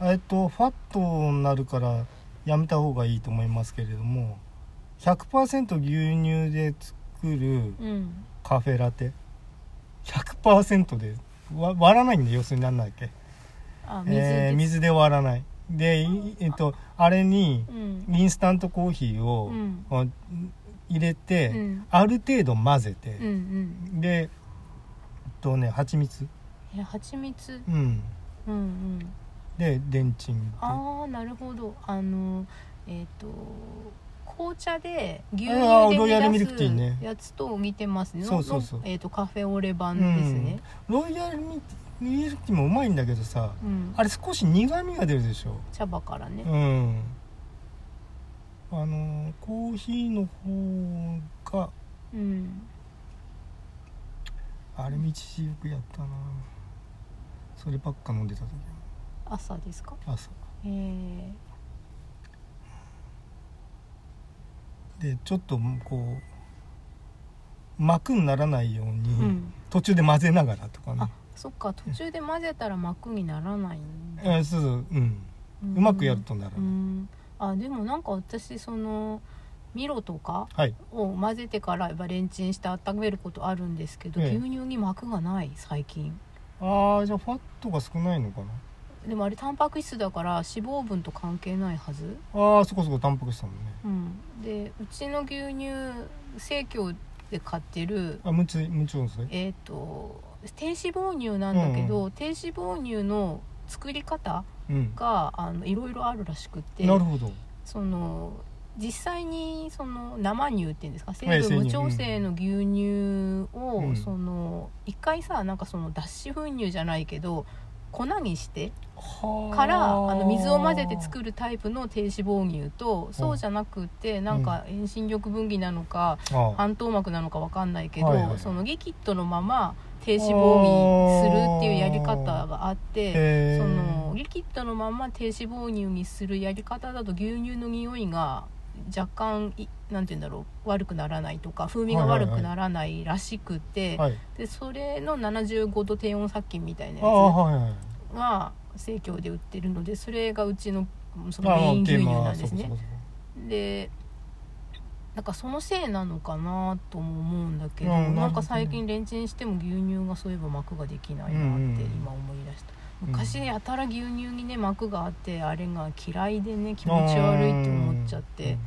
[SPEAKER 1] えっとファットになるからやめた方がいいと思いますけれども100%牛乳で作る
[SPEAKER 2] うん
[SPEAKER 1] カフェラテ100%でわ割らないんだよ要するになんだっけ
[SPEAKER 2] あ水です、
[SPEAKER 1] えー水で割らないで、いえっと、あれに
[SPEAKER 2] うん
[SPEAKER 1] インスタントコーヒーを
[SPEAKER 2] う、ん
[SPEAKER 1] あ入れて、
[SPEAKER 2] うん
[SPEAKER 1] ある程度混ぜて、
[SPEAKER 2] うんうん
[SPEAKER 1] でえっとね蜂蜜
[SPEAKER 2] え蜂蜜
[SPEAKER 1] うん
[SPEAKER 2] うんうん
[SPEAKER 1] でデンチン
[SPEAKER 2] ああなるほどあのえっ、と紅茶で牛
[SPEAKER 1] あーロイヤルミル
[SPEAKER 2] 乳
[SPEAKER 1] クテ
[SPEAKER 2] で
[SPEAKER 1] ィー
[SPEAKER 2] 煮
[SPEAKER 1] ね
[SPEAKER 2] 出すやつと似てますね
[SPEAKER 1] そうそうそう
[SPEAKER 2] のえー、とカフェオレ版ですね、
[SPEAKER 1] ロイヤルミミルキーもうまいんだけどさ
[SPEAKER 2] うん
[SPEAKER 1] あれ少し苦みが出るでしょ
[SPEAKER 2] 茶葉からね
[SPEAKER 1] うんあのコーヒーの方が
[SPEAKER 2] うん
[SPEAKER 1] あれも一時よくやったなそればっか飲んでた時
[SPEAKER 2] 朝ですか
[SPEAKER 1] 朝
[SPEAKER 2] えー、
[SPEAKER 1] でちょっとこう膜にならないように、
[SPEAKER 2] うん
[SPEAKER 1] 途中で混ぜながらとかね
[SPEAKER 2] あそっか途中で混ぜたら膜にならないんだ
[SPEAKER 1] えーそうそううん
[SPEAKER 2] うん
[SPEAKER 1] うまくやるとならない、
[SPEAKER 2] うんあでもなんか私そのミロとか
[SPEAKER 1] はい
[SPEAKER 2] を混ぜてからやっぱレンチンして温めることあるんですけど、
[SPEAKER 1] ええ
[SPEAKER 2] 牛乳に膜がない最近
[SPEAKER 1] ああじゃあファットが少ないのかな
[SPEAKER 2] でもあれタンパク質だから脂肪分と関係ないはず、
[SPEAKER 1] ああそこそこタンパク質だもんね
[SPEAKER 2] うん、でうちの牛乳生協で買ってる
[SPEAKER 1] あむちむちろんそれ
[SPEAKER 2] えっ、と低脂肪乳なんだけど、
[SPEAKER 1] うん
[SPEAKER 2] 低脂肪乳の作り方
[SPEAKER 1] うん
[SPEAKER 2] があのいろいろあるらしくて
[SPEAKER 1] なるほど
[SPEAKER 2] その実際にその生乳っていうんですか
[SPEAKER 1] え
[SPEAKER 2] 成
[SPEAKER 1] え
[SPEAKER 2] 分無調整の牛乳を、
[SPEAKER 1] うん
[SPEAKER 2] その一回さなんかその脱脂粉乳じゃないけど粉にして
[SPEAKER 1] は
[SPEAKER 2] からあの水を混ぜて
[SPEAKER 1] る
[SPEAKER 2] 作るタイプの低脂肪乳とそうじゃなくてなんか遠心力分岐なのか
[SPEAKER 1] あ
[SPEAKER 2] 半透膜なのかわかんないけど、
[SPEAKER 1] はいはい
[SPEAKER 2] そのリキッドのまま低脂肪にするっていうやり方があって。
[SPEAKER 1] へ
[SPEAKER 2] そ
[SPEAKER 1] ー
[SPEAKER 2] のリキッドのまんま低脂肪乳にするやり方だと牛乳の匂いが若干いなんて言うんだろう悪くならないとか風味が悪くならないらしくて、
[SPEAKER 1] はい
[SPEAKER 2] でそれの75度低温殺菌みたいな
[SPEAKER 1] ああ
[SPEAKER 2] や
[SPEAKER 1] はいはい
[SPEAKER 2] つが生協で売ってるのでそれがうちのその
[SPEAKER 1] あ
[SPEAKER 2] メ
[SPEAKER 1] あ
[SPEAKER 2] イン牛乳
[SPEAKER 1] まあ
[SPEAKER 2] なんです
[SPEAKER 1] そ
[SPEAKER 2] ね
[SPEAKER 1] こそこ。
[SPEAKER 2] でなんかそのせいなのかなとも思うんだけど、
[SPEAKER 1] うん
[SPEAKER 2] なん
[SPEAKER 1] なるほど
[SPEAKER 2] か
[SPEAKER 1] ね
[SPEAKER 2] 最近レンチンしても牛乳がそういえば膜ができないな
[SPEAKER 1] うんうん
[SPEAKER 2] って今思い出した、
[SPEAKER 1] うん
[SPEAKER 2] 昔やたら牛乳にね膜があってあれが嫌いでね気持ち悪いって思っちゃっ
[SPEAKER 1] うんう
[SPEAKER 2] て
[SPEAKER 1] ん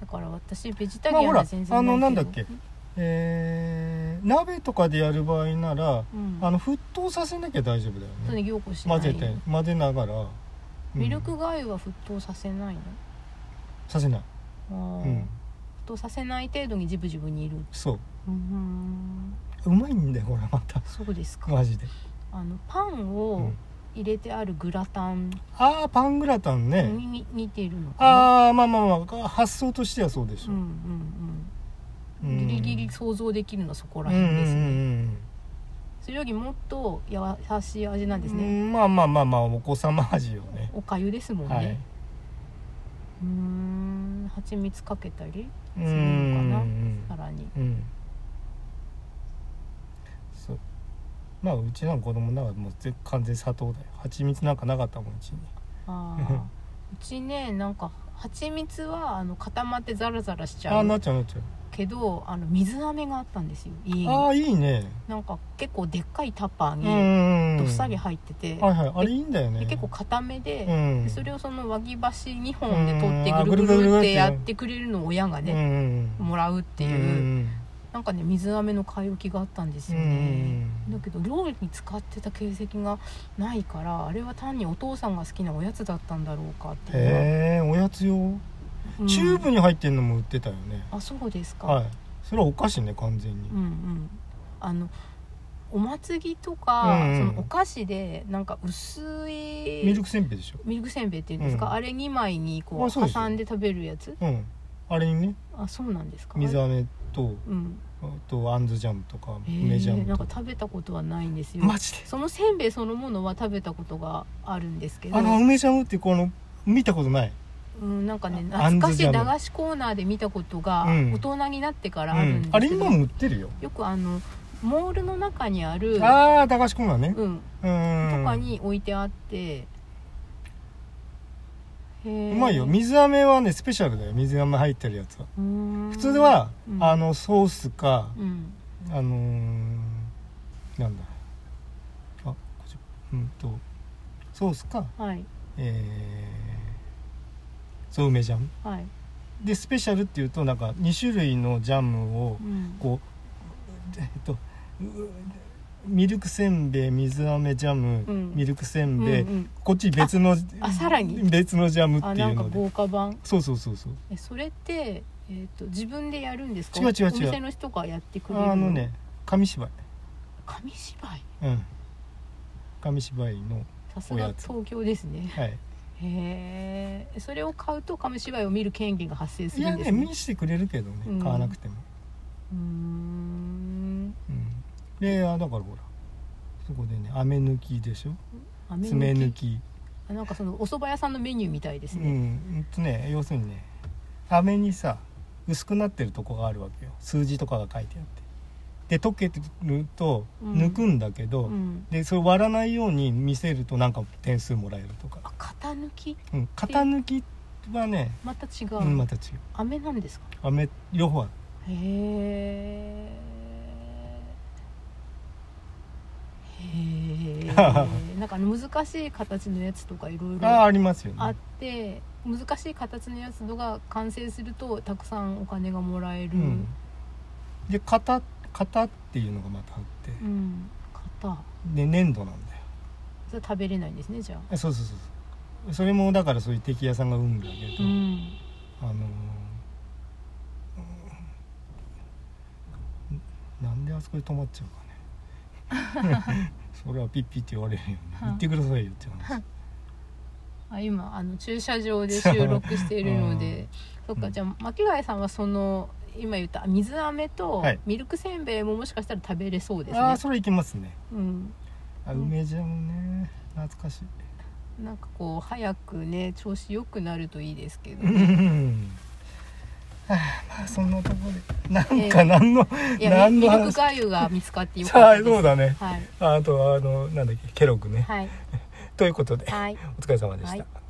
[SPEAKER 2] だから私ベジタリアン
[SPEAKER 1] まあほら
[SPEAKER 2] は全然ないけど、
[SPEAKER 1] あのなんだっけえー、鍋とかでやる場合なら
[SPEAKER 2] うん、
[SPEAKER 1] あの沸騰させなきゃ大丈夫だよ
[SPEAKER 2] そう
[SPEAKER 1] ね
[SPEAKER 2] ね凝固してない
[SPEAKER 1] 混ぜて混ぜながら、うん
[SPEAKER 2] ミルクがゆは沸騰させないの
[SPEAKER 1] させない、う
[SPEAKER 2] あー、
[SPEAKER 1] ん、
[SPEAKER 2] 沸騰させない程度にジブジブ煮る
[SPEAKER 1] そう
[SPEAKER 2] うん
[SPEAKER 1] うまいんだよこれまた
[SPEAKER 2] そうですか
[SPEAKER 1] マジで、
[SPEAKER 2] あのパン
[SPEAKER 1] う
[SPEAKER 2] を
[SPEAKER 1] ん
[SPEAKER 2] 入れてあるグラタン
[SPEAKER 1] ああパングラタンね、
[SPEAKER 2] にに似てるのかな
[SPEAKER 1] ああまあまあまあ発想としてはそうでし
[SPEAKER 2] う
[SPEAKER 1] ょ
[SPEAKER 2] ん
[SPEAKER 1] う、
[SPEAKER 2] うんう
[SPEAKER 1] うん
[SPEAKER 2] んギリギリ想像できるのはそこ
[SPEAKER 1] う
[SPEAKER 2] ら辺ですね、
[SPEAKER 1] んうん
[SPEAKER 2] それよりもっと優しい味なんです
[SPEAKER 1] うんう
[SPEAKER 2] ね、
[SPEAKER 1] んまあまあまあまあお子様味よね
[SPEAKER 2] おかゆですもんね、
[SPEAKER 1] はいう
[SPEAKER 2] ーん蜂蜜かけたり
[SPEAKER 1] う
[SPEAKER 2] するのかなんさらに
[SPEAKER 1] うんそうまあう ちの子供なんかもう全完全砂糖だよ蜂蜜なんかなかったもんうちに
[SPEAKER 2] あうちねなんか蜂蜜はあの固まってザラザラしち
[SPEAKER 1] あ
[SPEAKER 2] ゃ
[SPEAKER 1] あなっ
[SPEAKER 2] う
[SPEAKER 1] ちゃうなっちゃう
[SPEAKER 2] けどあの水飴があったんですよ家に
[SPEAKER 1] ああいいね
[SPEAKER 2] なんか結構でっかいタッパー
[SPEAKER 1] う
[SPEAKER 2] に
[SPEAKER 1] ん
[SPEAKER 2] どっさり
[SPEAKER 1] は
[SPEAKER 2] 入ってて、
[SPEAKER 1] いはいあれいいんだよ
[SPEAKER 2] で
[SPEAKER 1] ね
[SPEAKER 2] 結構固めで,、
[SPEAKER 1] うん
[SPEAKER 2] でそれをその輪切箸2本で取
[SPEAKER 1] うんあ
[SPEAKER 2] ってぐるぐ
[SPEAKER 1] ぐるぐるぐるっ
[SPEAKER 2] るっててやってくれるのを親が
[SPEAKER 1] うん
[SPEAKER 2] ね、
[SPEAKER 1] っ
[SPEAKER 2] もらうって
[SPEAKER 1] て
[SPEAKER 2] いう、
[SPEAKER 1] ん
[SPEAKER 2] なんかね水飴の買い置きがあったんですよね、だけど料理に使ってた形跡がないからあれは単にお父さんが好きなおやつだったんだろうかっていうのは
[SPEAKER 1] へえおやつ用
[SPEAKER 2] うん
[SPEAKER 1] チューブに入ってんのも売ってたよね
[SPEAKER 2] あそうですか、
[SPEAKER 1] はいそれはお菓子ね完全に
[SPEAKER 2] うんうんあのお祭りとか、
[SPEAKER 1] うんうん
[SPEAKER 2] そのお菓子でなんか薄い
[SPEAKER 1] ミルクせんべいでしょ
[SPEAKER 2] ミルクせんべいっていうんですか、
[SPEAKER 1] うん
[SPEAKER 2] あれ2枚にこ
[SPEAKER 1] あ
[SPEAKER 2] う
[SPEAKER 1] そうですよ
[SPEAKER 2] 挟んで食べるやつ
[SPEAKER 1] うんあれにね
[SPEAKER 2] あそうなんですか
[SPEAKER 1] 水
[SPEAKER 2] あれ
[SPEAKER 1] 飴と
[SPEAKER 2] うん
[SPEAKER 1] あとあんずジャムとか
[SPEAKER 2] え
[SPEAKER 1] 梅ジャム
[SPEAKER 2] なん
[SPEAKER 1] と
[SPEAKER 2] か
[SPEAKER 1] か
[SPEAKER 2] 食べたことはないんですよ
[SPEAKER 1] マジで
[SPEAKER 2] そのせんべいそのものは食べたことがあるんですけど
[SPEAKER 1] あの梅ジャムってこの見たことない
[SPEAKER 2] うん、なんかね
[SPEAKER 1] あ
[SPEAKER 2] 懐かし
[SPEAKER 1] あんずジャ
[SPEAKER 2] い
[SPEAKER 1] ム
[SPEAKER 2] 駄菓子コーナーで見たことが
[SPEAKER 1] うん
[SPEAKER 2] 大人になってからあ
[SPEAKER 1] う
[SPEAKER 2] るんで
[SPEAKER 1] ん
[SPEAKER 2] すけど、
[SPEAKER 1] あれ今も売ってるよ
[SPEAKER 2] よくあのモールの中にある、
[SPEAKER 1] ああ駄菓子コーナーね
[SPEAKER 2] うん、
[SPEAKER 1] うん
[SPEAKER 2] とかに置いてあって、う
[SPEAKER 1] うまいよ水飴はねスペシャルだよ水飴入ってるやつは
[SPEAKER 2] 普
[SPEAKER 1] 普通は
[SPEAKER 2] うん
[SPEAKER 1] あのソースか
[SPEAKER 2] うん
[SPEAKER 1] あのーなんだあこっちうんとソースか
[SPEAKER 2] はい
[SPEAKER 1] えーそう梅ジャム
[SPEAKER 2] はい、
[SPEAKER 1] でスペシャルっていうとなんか2種類のジャムを
[SPEAKER 2] うん、
[SPEAKER 1] こうえっとうミルクせんべい水飴ジャム、
[SPEAKER 2] うん
[SPEAKER 1] ミルクせんべい、
[SPEAKER 2] うんうん
[SPEAKER 1] こっち別の
[SPEAKER 2] あさらに
[SPEAKER 1] 別のジャムって
[SPEAKER 2] あ
[SPEAKER 1] い
[SPEAKER 2] な
[SPEAKER 1] うん
[SPEAKER 2] か
[SPEAKER 1] ので
[SPEAKER 2] 豪華版
[SPEAKER 1] そうそうそうそう
[SPEAKER 2] えそれって、えー、と自分でやるんですか
[SPEAKER 1] 違う違う違う
[SPEAKER 2] お店の人がやってくれる
[SPEAKER 1] あのね紙芝居
[SPEAKER 2] 紙芝居
[SPEAKER 1] うん紙芝居の
[SPEAKER 2] さす
[SPEAKER 1] お
[SPEAKER 2] が
[SPEAKER 1] やつ
[SPEAKER 2] 東京ですね
[SPEAKER 1] はい
[SPEAKER 2] へえそれを買うと紙芝居を見る権限が発生す
[SPEAKER 1] い
[SPEAKER 2] る
[SPEAKER 1] や
[SPEAKER 2] んで
[SPEAKER 1] ね
[SPEAKER 2] すね
[SPEAKER 1] 見してくれるけどね、
[SPEAKER 2] うん
[SPEAKER 1] 買わなくても、
[SPEAKER 2] うーん
[SPEAKER 1] うん、であだからほらそこでね飴抜きでしょ
[SPEAKER 2] 雨
[SPEAKER 1] 爪抜き
[SPEAKER 2] あなんかそのお蕎麦屋さんのメニューみたいです
[SPEAKER 1] うん、う
[SPEAKER 2] ね、
[SPEAKER 1] んとね要するにね飴にさ薄くなってるとこがあるわけよ数字とかが書いてあってで溶けてると
[SPEAKER 2] うん
[SPEAKER 1] 抜くんだけど、
[SPEAKER 2] うん、
[SPEAKER 1] でそれ割らないように見せるとなんか点数もらえるとか、
[SPEAKER 2] あ型抜き
[SPEAKER 1] うん、型抜きはね、
[SPEAKER 2] また違う、
[SPEAKER 1] うん、また違う
[SPEAKER 2] 飴なんですか
[SPEAKER 1] 飴両方ある
[SPEAKER 2] へえ へえなんかあの難しい形のやつとかいろい
[SPEAKER 1] あ
[SPEAKER 2] ろ
[SPEAKER 1] ありますよね
[SPEAKER 2] あって難しい形のやつとか完成するとたくさんお金がもらえる、
[SPEAKER 1] う
[SPEAKER 2] うんん、
[SPEAKER 1] で型型っていうのがまたあって
[SPEAKER 2] 型
[SPEAKER 1] で粘土なんだよ
[SPEAKER 2] それ食べれないんですねじゃあ
[SPEAKER 1] えそうそうそうそうそれもだからそういう敵屋さんが運んだけ
[SPEAKER 2] う
[SPEAKER 1] ど、
[SPEAKER 2] ん
[SPEAKER 1] あのーうんなんであそこで止まっちゃうか ねそれはピッピって言われるよね
[SPEAKER 2] はあ
[SPEAKER 1] 言ってくださいよって話
[SPEAKER 2] あ今あの駐車場で収録しているので、そっ
[SPEAKER 1] う
[SPEAKER 2] か
[SPEAKER 1] ん
[SPEAKER 2] じゃあ巻貝さんはその今言った水飴と
[SPEAKER 1] はい
[SPEAKER 2] ミルクせんべいももしかしたら食べれそうですね、
[SPEAKER 1] ああそれいけますね
[SPEAKER 2] うん、
[SPEAKER 1] あ
[SPEAKER 2] うん
[SPEAKER 1] 梅ジャムね懐 かしい
[SPEAKER 2] なんかこう早くね調子良くなるといいですけど
[SPEAKER 1] う
[SPEAKER 2] ね
[SPEAKER 1] んはあまあそんなとこでなんか何の、
[SPEAKER 2] いや
[SPEAKER 1] 何
[SPEAKER 2] ミ
[SPEAKER 1] の
[SPEAKER 2] ルク
[SPEAKER 1] 話
[SPEAKER 2] がゆが見つかってよか
[SPEAKER 1] さ
[SPEAKER 2] っ
[SPEAKER 1] あ
[SPEAKER 2] た
[SPEAKER 1] そう
[SPEAKER 2] です
[SPEAKER 1] だね
[SPEAKER 2] はい
[SPEAKER 1] あとあのなんだっけケロッグね、
[SPEAKER 2] はい
[SPEAKER 1] ということで
[SPEAKER 2] はい
[SPEAKER 1] お疲れ様でした、
[SPEAKER 2] はい